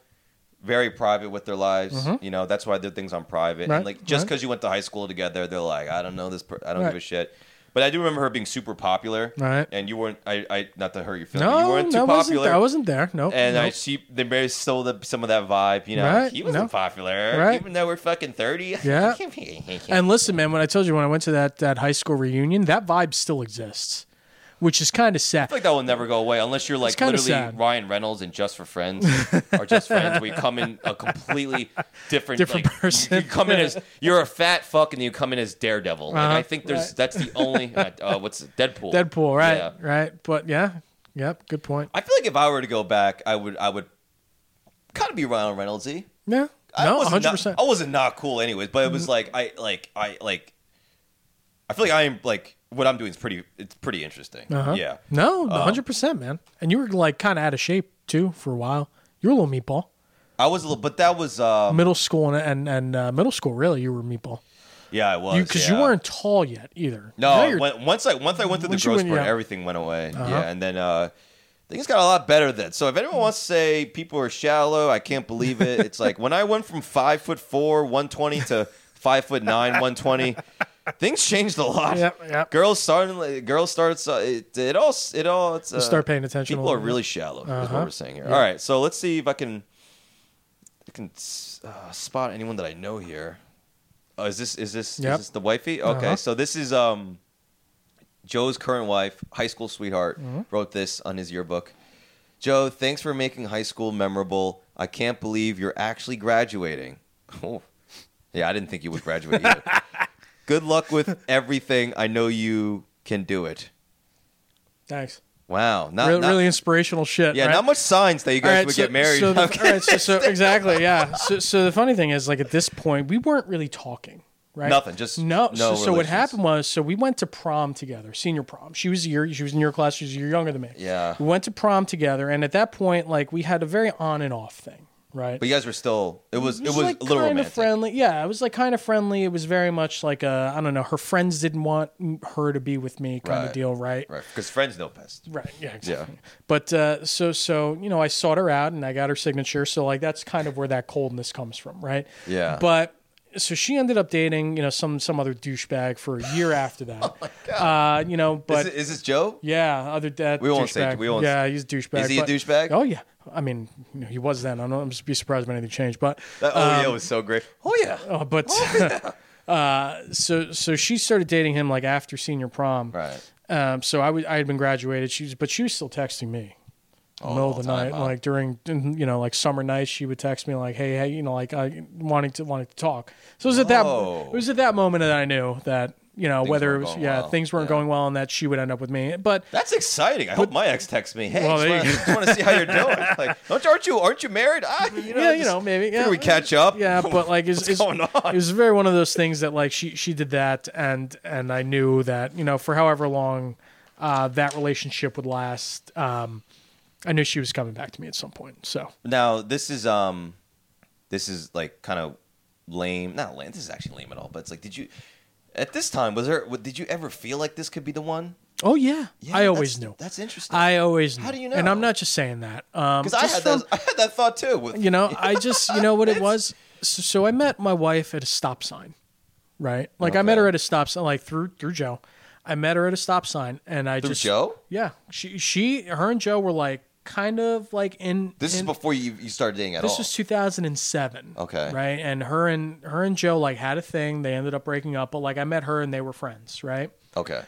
B: very private with their lives. You know, that's why their things on private.
A: Mm-hmm. Right,
B: And like just
A: right.
B: because you went to high school together, they're like, I don't know this. Per- I don't give a
A: Right.
B: shit. But I do remember her being super popular.
A: Right.
B: And you weren't. I, I not to hurt your feelings.
A: no,
B: you weren't too
A: no, I wasn't,
B: popular.
A: I wasn't there. No,
B: and
A: no.
B: I she they may stole the, some of that vibe, you know.
A: Right,
B: He wasn't
A: no.
B: popular,
A: Right.
B: even though we're fucking thirty.
A: Yeah. And listen, man, when I told you when I went to that that high school reunion, that vibe still exists, which is kind of sad.
B: I feel like that will never go away unless you're like
A: kinda
B: literally
A: sad.
B: Ryan Reynolds and Just for Friends or Just Friends, where you come in a completely different,
A: Different
B: like,
A: person.
B: You come in as you're a fat fuck, and you come in as Daredevil. Like,
A: Uh-huh.
B: I think there's
A: Right.
B: that's the only uh, what's it? Deadpool.
A: Deadpool, right,
B: Yeah.
A: right, but yeah, yep, good point.
B: I feel like if I were to go back, I would I would kind of be Ryan Reynoldsy.
A: Yeah,
B: I
A: no,
B: wasn't
A: 100. percent Mm-hmm.
B: Not, I wasn't not cool anyways, but it was like I like I like. I feel like I am like what I'm doing is pretty. It's pretty interesting.
A: Uh-huh.
B: Yeah.
A: No,
B: Uh.
A: hundred percent, man. And you were like kind of out of shape too for a while. You were a little meatball.
B: I was a little, but that was um,
A: Middle school and and, and uh, middle school, really, you were a meatball.
B: yeah. I was
A: You because
B: yeah.
A: you weren't tall yet either. Now
B: No,
A: you're-
B: when, once I once I went through the
A: Once you
B: growth
A: went-
B: spurt,
A: yeah. Uh-huh.
B: everything went away. Yeah, and then uh, things got a lot better then. So if anyone wants to say people are shallow, I can't believe it. It's like when I went from five foot four, one twenty to five foot nine, one twenty. Things changed a lot.
A: Yep, yep.
B: Girls started. Girls started. so It, it all. It all. It's, uh,
A: start paying attention a
B: People are
A: little bit.
B: really shallow. Is
A: Uh-huh.
B: what we're saying here. All right. So let's see if I can. I can uh, spot anyone that I know here. Oh, is this is this
A: Yep.
B: is this the wifey? Okay,
A: Uh-huh.
B: so this is um Joe's current wife, high school sweetheart,
A: Mm-hmm.
B: wrote this on his yearbook. Joe, thanks for making high school memorable. I can't believe you're actually graduating. Oh, yeah, I didn't think you would graduate. Either. Good luck with everything. I know you can do it.
A: thanks.
B: Wow. Not,
A: Re-
B: not-
A: really inspirational shit.
B: yeah,
A: right?
B: not much signs that you guys
A: All right,
B: would
A: so-
B: get married.
A: So the,
B: Okay.
A: all right, so, so exactly, yeah. So, so the funny thing is, like at this point, we weren't really talking, right?
B: Nothing, just
A: no.
B: no
A: so, so what
B: relations.
A: happened was, so we went to prom together, senior prom. She was a year, she was in your class. She was a year younger than me.
B: Yeah.
A: We went to prom together, and at that point, like we had a very on and off thing, right?
B: But you guys were still. It was. It was,
A: like
B: a little
A: kind
B: romantic.
A: of friendly. Yeah, it was like kind of friendly. It was very much like I I don't know. Her friends didn't want her to be with me, kind of
B: Right.
A: deal, right?
B: Right. Because friends know best.
A: Right. Yeah. Exactly. But uh, so so you know, I sought her out and I got her signature. So like that's kind of where that coldness comes from, right?
B: Yeah.
A: But so she ended up dating you know some some other douchebag for a year after that. oh my God. Uh, you know,
B: Is,
A: but
B: it- is this Joe?
A: yeah, other that
B: We won't say-
A: douchebag.
B: we won't-
A: yeah, he's a douchebag.
B: Is he a
A: but-
B: douchebag?
A: Oh yeah. I mean, you know, he was then. I don't. I'm just be surprised if anything changed, but
B: That- oh
A: Um,
B: yeah, it was so great. Oh yeah.
A: uh, but uh, so so she started dating him like after senior prom.
B: Right.
A: Um, so I was I had been graduated. She was, but she was still texting me. in the middle of the
B: all
A: night,
B: Oh, time, huh?
A: like during you know, like summer nights, she would text me like, "Hey, hey, you know, like I wanting to wanting to talk." So it was at that
B: Whoa.
A: it was at that moment that I knew that you know whether it
B: weren't
A: was
B: going
A: yeah
B: well.
A: things weren't
B: Yeah.
A: going well and that she would end up with me. But
B: That's exciting. I hope my ex texts me. Hey,
A: Well,
B: just
A: there
B: wanna-
A: you
B: just want to see how you're doing. Like, don't aren't you aren't you married? Ah, you know,
A: Mm-hmm. yeah, you
B: just
A: know, maybe
B: figure
A: yeah,
B: we catch up.
A: Yeah, but like, it's, it's,
B: going on?
A: it was very one of those things that like she she did that, and and I knew that you know for however long uh, that relationship would last, um, I knew she was coming back to me at some point. So
B: Now this is um, this is like kind of lame. Not lame. This is actually lame at all. But it's like, did you at this time was there? w- Did you ever feel like this could be the one?
A: oh yeah, I
B: Yeah,
A: always
B: that's-
A: knew.
B: That's interesting.
A: I always knew.
B: How do you
A: And
B: know?
A: I'm not just saying that. Um,
B: Because I
A: just
B: had
A: from-
B: that. I had that thought too. With,
A: You know, I just you know what it was. So, so I met my wife at a stop sign, right? Like I met
B: Okay.
A: her at a stop sign, like through through Joe. I met her at a stop sign, and I
B: through
A: just
B: Joe.
A: Yeah, she she her and Joe were like kind of like in
B: This is
A: in-
B: before you, you started dating at
A: this
B: all.
A: was 2007.
B: Okay.
A: right, and her and her and Joe like had a thing. They ended up breaking up, but like I met her and they were friends, right?
B: okay.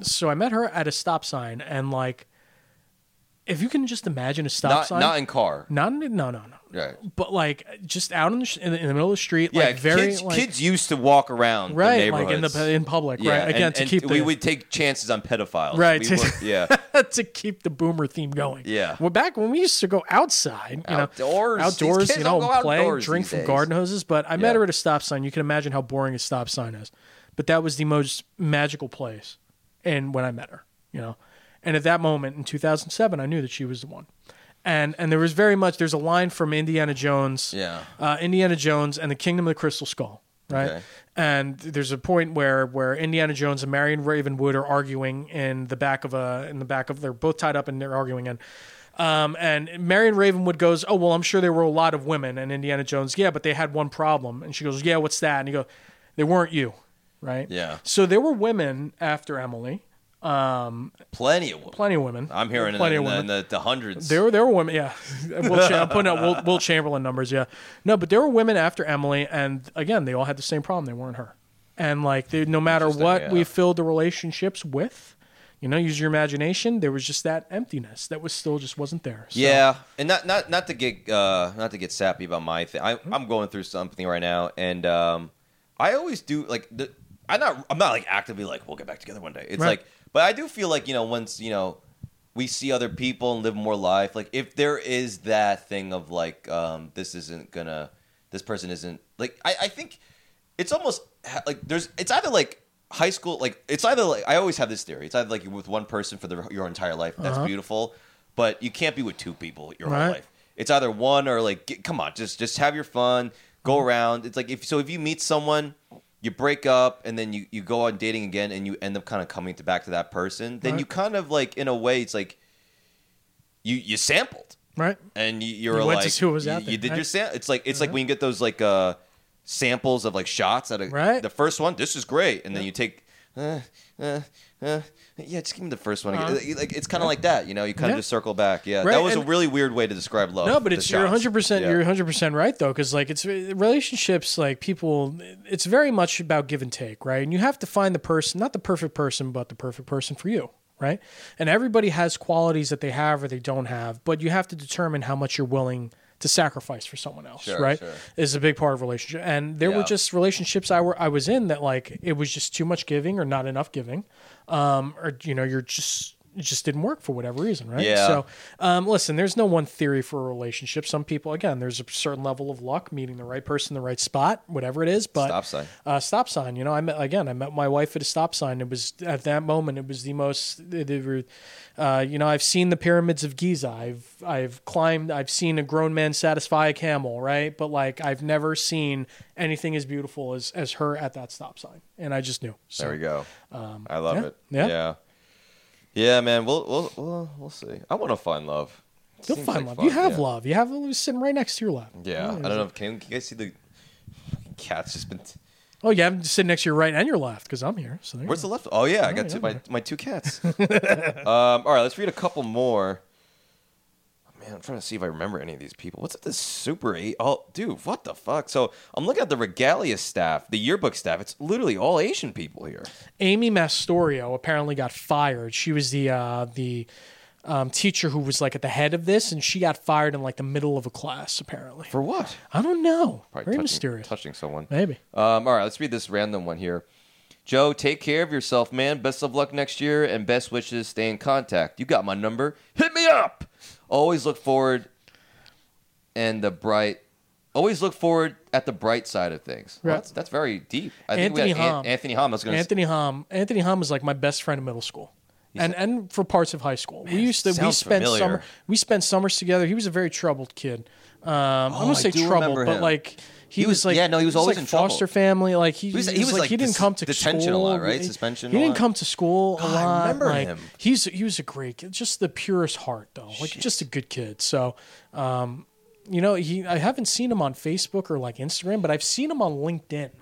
A: So I met her at a stop sign, and like if you can just imagine a stop
B: not
A: sign,
B: not in car.
A: not in- no no no.
B: Right.
A: But like just out in the, sh- in the in the middle of the street,
B: Yeah,
A: like very
B: kids,
A: like,
B: kids used to walk around the
A: right, like in
B: neighborhoods.
A: the in public,
B: yeah,
A: right? Again,
B: and-
A: to
B: and
A: keep the,
B: we would take chances on pedophiles.
A: Right.
B: We would- yeah.
A: to keep the boomer theme going.
B: Yeah.
A: Well, back when we used to go outside, you
B: Outdoors.
A: know,
B: These
A: outdoors,
B: kids
A: you
B: don't
A: know,
B: go
A: and play,
B: outdoors
A: drink
B: these
A: from
B: days.
A: garden hoses. But I met
B: Yeah.
A: her at a stop sign. You can imagine how boring a stop sign is. But that was the most magical place, and when I met her, you know, and at that moment in 2007, I knew that she was the one. And, and there was very much there's a line from Indiana Jones,
B: Yeah.
A: uh, Indiana Jones and the Kingdom of the Crystal Skull, right?
B: Okay.
A: And there's a point where where Indiana Jones and Marion Ravenwood are arguing in the back of a in the back of they're both tied up and they're arguing and um, and Marion Ravenwood goes, "Oh well, I'm sure there were a lot of women." And Indiana Jones, "Yeah, but they had one problem." And she goes, "Yeah, what's that?" And he goes, "They weren't you, right?"
B: Yeah.
A: So there were women after Emily,
B: Plenty of women.
A: plenty of women.
B: I'm hearing in the,
A: plenty
B: in
A: of
B: the,
A: women.
B: in the, the hundreds.
A: There were there were women, yeah. Will Cha- I'm putting out Will, Will Chamberlain numbers, yeah. No, but there were women after Emily, and again, they all had the same problem. They weren't her, and like they, no matter
B: Interesting,
A: what
B: yeah.
A: we filled the relationships with, you know, use your imagination. There was just that emptiness that was still just wasn't there. So-
B: Yeah, and not not not to get uh, not to get sappy about my thing. I, I'm going through something right now, and um, I always do like the. I'm not I'm not like actively like we'll get back together one day. It's
A: Right.
B: like, but I do feel like you know once you know we see other people and live more life. Like if there is that thing of like um, this isn't gonna this person isn't like I, I think it's almost ha- like there's it's either like high school like it's either like I always have this theory it's either like you're with one person for the, your entire life that's beautiful but you can't be with two people your
A: Right.
B: whole life it's either one or like get, come on just just have your fun go around it's like if so if you meet someone you break up and then you you go on dating again and you end up kind of coming to back to that person then
A: Right.
B: you kind of like in a way it's like you you sampled
A: right.
B: and you, you're
A: You went
B: like
A: to see what was
B: you,
A: out there,
B: you did
A: right? Uh-huh.
B: your sam- it's like it's like when you get those like uh samples of like shots at a,
A: Right.
B: the first one this is great and then you take uh, uh, uh, yeah just give me the first one again.
A: Uh-huh.
B: like it's kind of like that you know you kind of
A: Yeah.
B: just circle back yeah
A: Right,
B: that was
A: and-
B: a really weird way to describe love
A: No, but
B: the
A: it's you're
B: shots.
A: 100 percent
B: Yeah.
A: you're 100 percent right though, because like it's relationships like people. It's very much about give and take, right? And you have to find the person, not the perfect person, but the perfect person for you, right? And everybody has qualities that they have or they don't have, but you have to determine how much you're willing to sacrifice for someone else,
B: Sure,
A: right?
B: sure.
A: Is a big part of relationship. And there were
B: Yeah.
A: just relationships I were I was in that like it was just too much giving or not enough giving, um, or you know you're just it just didn't work for whatever reason, right?
B: Yeah.
A: So, um, listen, there's no one theory for a relationship. Some people, again, there's a certain level of luck, meeting the right person, in the right spot, whatever it is. But
B: Stop sign.
A: uh, stop sign. You know, I met again. I met my wife at a stop sign. It was at that moment. It was the most. They, they were, uh, you know, I've seen the pyramids of Giza. I've I've climbed. I've seen a grown man satisfy a camel. Right, but like I've never seen anything as beautiful as as her at that stop sign. And I just knew. So,
B: There we go. I love
A: Um, yeah,
B: it.
A: yeah.
B: yeah, Yeah, man. We'll we'll we'll, we'll see. I want to find love. It
A: You'll
B: seems
A: find
B: like
A: love.
B: fun,
A: You have
B: yeah.
A: love. You have it was sitting right next to your Oh, love.
B: Yeah, I don't know. if- Can, can you guys see the fucking cat's just been? T-
A: Oh, yeah, I'm sitting next to your right and your left because I'm here. So there you
B: Where's
A: go.
B: the left? Oh yeah, I
A: Oh,
B: got
A: yeah.
B: two, my my two cats. um, all right, let's read a couple more. Oh, Man, I'm trying to see if I remember any of these people. What's up this Super 8? Oh, dude, what the fuck? So I'm looking at the regalia staff, the yearbook staff. It's literally all Asian people here.
A: Amy Mastorio apparently got fired. She was the uh, the um, teacher who was like at the head of this, and she got fired in like the middle of a class. Apparently,
B: For what?
A: I don't know. Very
B: Probably touching,
A: mysterious.
B: touching someone.
A: Maybe.
B: Um, all right, let's read this random one here. Joe, take care of yourself, man. Best of luck next year and best wishes. Stay in contact. You got my number. Hit me up. Always look forward and the bright. Always look forward at the bright side of things. Well,
A: Right.
B: that's, that's very deep. I
A: Anthony
B: think we had
A: Hom.
B: An- Anthony Hom. I was going to
A: Anthony Hom. Anthony Hom was like my best friend in middle school. And and for parts of high school, we used to we
B: sounds
A: spent
B: familiar.
A: summer we spent summers together. He was a very troubled kid. Um, I wouldn't
B: Oh, I
A: say
B: do
A: troubled,
B: remember
A: but
B: him.
A: like he,
B: He
A: was,
B: was-
A: like
B: yeah, no, he was always
A: like
B: in trouble.
A: foster family. Like he,
B: He was- he was, like,
A: he didn't
B: dis-
A: come to
B: detention a
A: school.
B: lot, right?
A: He-
B: Suspension
A: He
B: a
A: didn't
B: lot.
A: come to school a
B: God, I
A: lot.
B: remember
A: like,
B: him.
A: He's he was a great, kid, just the purest heart though. Like just a good kid. So, um, you know, he I haven't seen him on Facebook or like Instagram, but I've seen him on LinkedIn.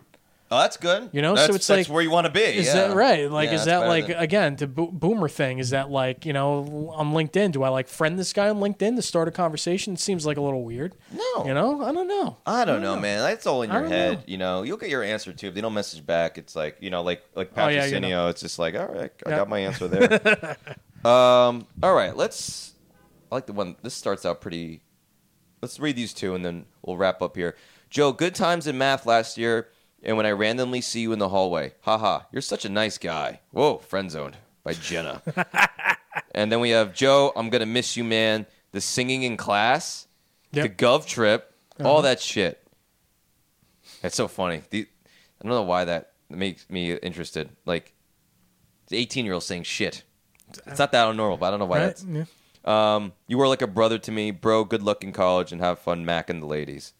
B: Oh, that's good.
A: You know, so
B: that's,
A: it's
B: that's
A: like-
B: where you want to be.
A: Is
B: yeah.
A: that right? Like,
B: Yeah,
A: is
B: that's
A: that
B: better
A: like
B: than-
A: again the bo- boomer thing? Is that like you know on LinkedIn? Do I like friend this guy on LinkedIn to start a conversation? It seems like a little weird.
B: No.
A: you know, I don't know.
B: I don't know, man. That's all in
A: I
B: your
A: don't
B: head.
A: know.
B: You know, you'll get your answer too. If they don't message back, it's like you know, like like
A: Oh,
B: Patrick
A: yeah, you know.
B: Sinio, It's just like, all right, I
A: Yeah.
B: got my answer there. um, all right, let's. I like the one. This starts out pretty. Let's read these two, and then we'll wrap up here. Joe, good times in math last year, and when I randomly see you in the hallway, haha, you're such a nice guy. Whoa, friend zoned by Jenna. and then we have Joe. I'm gonna miss you, man. The singing in class
A: Yep. Uh-huh.
B: the Gov trip, all that shit. That's so funny. The, I don't know why that makes me interested. Like, the 18 year old saying shit. It's not that normal, but I don't know why
A: Right?
B: that's.
A: Yeah.
B: Um, you were like a brother to me, bro. Good luck in college and have fun macking the ladies.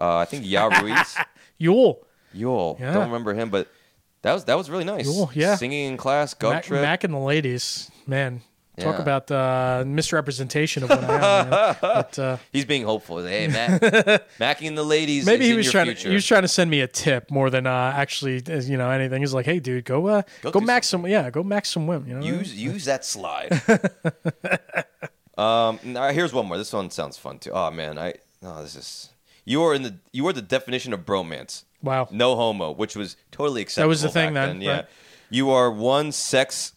B: Uh, I think Ya Ruiz,
A: Yule,
B: Yule.
A: Yeah.
B: Don't remember him, but that was that was really nice.
A: Yule, yeah.
B: Singing in class, Gov
A: Mac,
B: trip.
A: Mac and the ladies, man. Talk
B: Yeah.
A: about uh, misrepresentation of what I am. you know? But uh,
B: He's being hopeful. He's like, Hey, Mac, macking the ladies.
A: maybe
B: is
A: he
B: in
A: was
B: your
A: trying to
B: future.
A: he was trying to send me a tip more than uh, actually uh, you know anything. He's like, hey dude, go uh, go,
B: Go do
A: max some yeah, go max some women. You know,
B: Use use that slide. um, now here's one more. This one sounds fun too. Oh man, I no, this is you are in the you are the definition of bromance.
A: wow,
B: No homo, which was totally acceptable.
A: was the thing
B: back
A: then,
B: Yeah,
A: right.
B: you are one sex.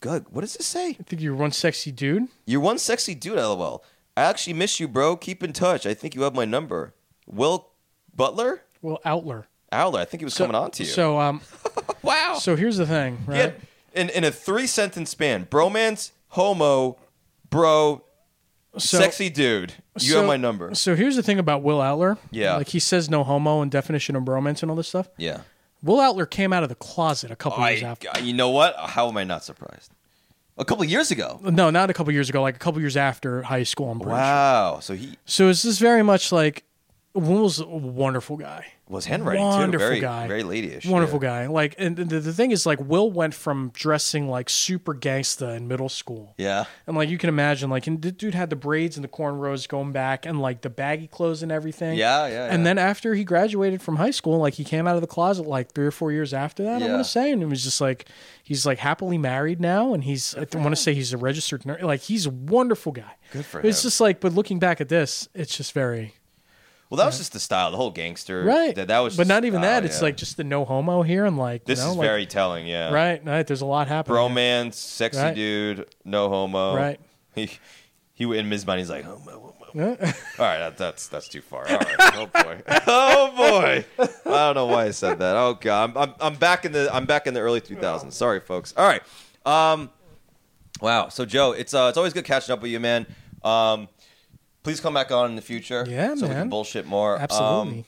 B: Good. What does it say?
A: I think you're one sexy dude.
B: You're one sexy dude. LOL. I actually miss you, bro. Keep in touch. I think you have my number. Will Butler
A: Well, Outler.
B: Owler. I think he was coming on to you.
A: So uh, um,
B: wow.
A: so here's the thing, right?
B: Yeah, in in a three sentence span: bromance, homo, bro,
A: So-
B: sexy dude. You
A: So-
B: have my number.
A: So here's the thing about Will Outler.
B: Yeah.
A: Like he says no homo and definition of bromance and all this stuff.
B: Yeah.
A: Will Outler came out of the closet a couple years
B: I,
A: after.
B: I- you know what? How am I not surprised? A couple of years ago.
A: No, not a couple years ago, like a couple years after high school, I'm pretty sure.
B: Wow. So he
A: So it's just very much like Will was a wonderful guy.
B: was handwriting too.
A: Wonderful
B: Very,
A: guy.
B: very ladyish.
A: Wonderful
B: yeah.
A: guy. Like and the, the thing is like Will went from dressing like super gangsta in middle school
B: Yeah.
A: And like you can imagine, like and the dude had the braids and the cornrows going back, and like the baggy clothes and everything.
B: Yeah, yeah,
A: And
B: yeah.
A: then after he graduated from high school, like he came out of the closet like three or four years after that. I
B: Yeah.
A: want to say, and it was just like he's like happily married now, and he's I want to say he's a registered nurse. Like he's a wonderful guy.
B: Good for
A: It's
B: him.
A: just like, but looking back at this, it's just very
B: Well, that was just the style. The whole gangster.
A: right.
B: That, that was.
A: but
B: just
A: not even
B: the
A: that.
B: style,
A: It's
B: yeah.
A: like just the no homo here, and like you
B: this
A: know,
B: is
A: like-
B: very uh, telling. Yeah.
A: right. Right. There's a lot happening.
B: Bromance, sexy
A: Right.
B: dude, no homo.
A: Right.
B: He, he in his mind, he's like homo, homo,
A: Yeah.
B: All right, that, that's that's too far. All right, oh boy, oh boy. I don't know why I said that. Oh god, I'm, I'm, I'm back in the I'm back in the early 2000s. Sorry, folks. All right, um, Wow. So Joe, it's uh, it's always good catching up with you, man. Um, please come back on in the future.
A: Yeah,
B: so we
A: man.
B: can bullshit more. Um,
A: Absolutely.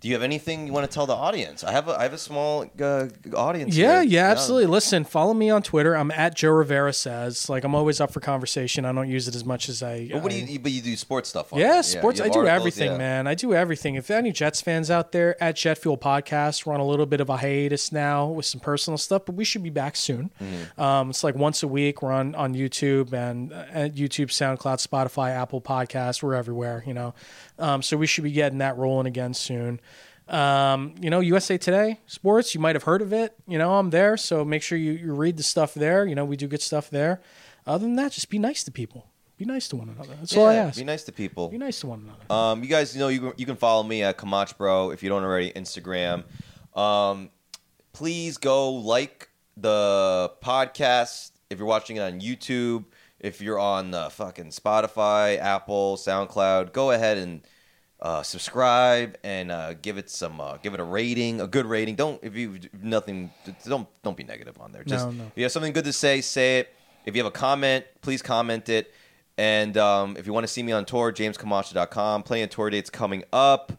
B: do you have anything you want to tell the audience? I have a I have a small uh, audience.
A: Yeah,
B: here.
A: yeah, absolutely. Listen, follow me on Twitter. I'm at Joe Rivera says. Like, I'm always up for conversation. I don't use it as much as I.
B: But what do
A: I-
B: you, you? But you do sports stuff. On it.
A: Yeah, sports.
B: you
A: I
B: have
A: do
B: articles,
A: everything,
B: yeah.
A: man. I do everything. If any Jets fans out there at Jet Fuel Podcast, we're on a little bit of a hiatus now with some personal stuff, but we should be back soon.
B: Mm-hmm.
A: Um, it's like once a week. We're on on YouTube and uh, at YouTube, SoundCloud, Spotify, Apple Podcasts. We're everywhere, you know. Um, so we should be getting that rolling again soon. Um, you know, USA Today Sports. You might have heard of it. You know, I'm there, so make sure you, you read the stuff there. You know, we do good stuff there. Other than that, just be nice to people. Be nice to one another. That's all I
B: Yeah,
A: ask.
B: Be nice to people.
A: Be nice to one another.
B: Um, you guys know you can, you can follow me at Kamach Bro if you don't already Instagram. Um, please go like the podcast if you're watching it on YouTube. If you're on uh, fucking Spotify, Apple, SoundCloud, go ahead and uh, subscribe and uh, give it some uh, give it a rating, a good rating. Don't if you nothing don't don't be negative on there. Just
A: no.
B: if you have something good to say, say it. If you have a comment, please comment it. And um, if you want to see me on tour, jamescamacho.com. Playing tour dates coming up.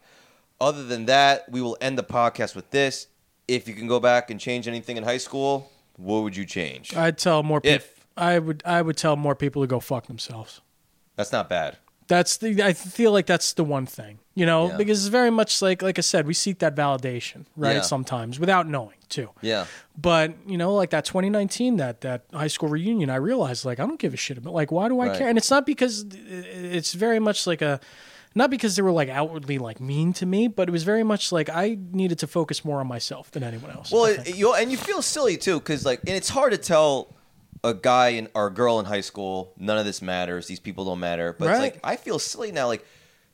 B: Other than that, we will end the podcast with this. If you can go back and change anything in high school, what would you change?
A: I'd tell more people.
B: If-
A: I would, I would tell more people to go fuck themselves.
B: That's not bad.
A: That's the. I feel like that's the one thing, you know,
B: Yeah.
A: because it's very much like, like I said, we seek that validation, right?
B: Yeah.
A: Sometimes without knowing, too.
B: Yeah.
A: But you know, like that 2019, that that high school reunion, I realized like I don't give a shit about like why do I
B: Right.
A: care? And it's not because it's very much like a not because they were like outwardly like mean to me, but it was very much like I needed to focus more on myself than anyone else.
B: Well,
A: I
B: it, you and you feel silly too, because like, and it's hard to tell a guy in, or a girl in high school none of this matters. These people don't matter. But it's
A: Right.
B: like I feel silly now. Like,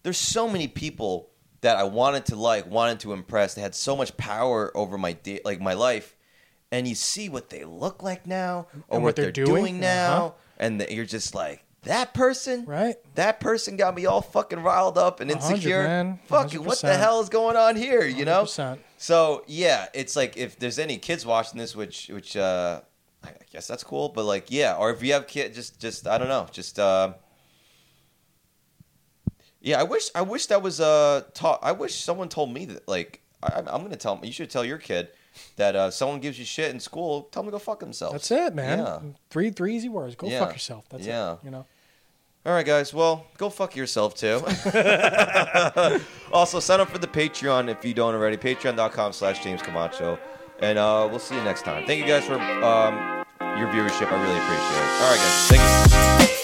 B: there's so many people that I wanted to like, wanted to impress. They had so much power over my day, like my life. And you see what they look like now, or
A: And
B: what, they're, doing, now,
A: Uh-huh.
B: and that you're just like that person.
A: Right.
B: That person got me all fucking riled up and
A: hundred,
B: insecure.
A: man. A hundred
B: Fucking what the
A: percent.
B: hell is going on here? You know.
A: 100%.
B: So yeah, it's like if there's any kids watching this, which which uh, I guess that's cool, but like yeah, or if you have kid, just just I don't know, just uh, yeah, I wish I wish that was uh taught. I wish someone told me that like I, I'm gonna tell you should tell your kid that uh, someone gives you shit in school, tell them to go fuck themselves.
A: That's it, man.
B: Yeah.
A: Three three easy words. Go
B: Yeah.
A: fuck yourself. That's
B: Yeah.
A: it. You know.
B: All right, guys. Well, go fuck yourself too. also, sign up for the Patreon if you don't already. Patreon.com slash James Camacho. And uh, we'll see you next time. Thank you guys for um, your viewership. I really appreciate it. All right, guys. Thank you.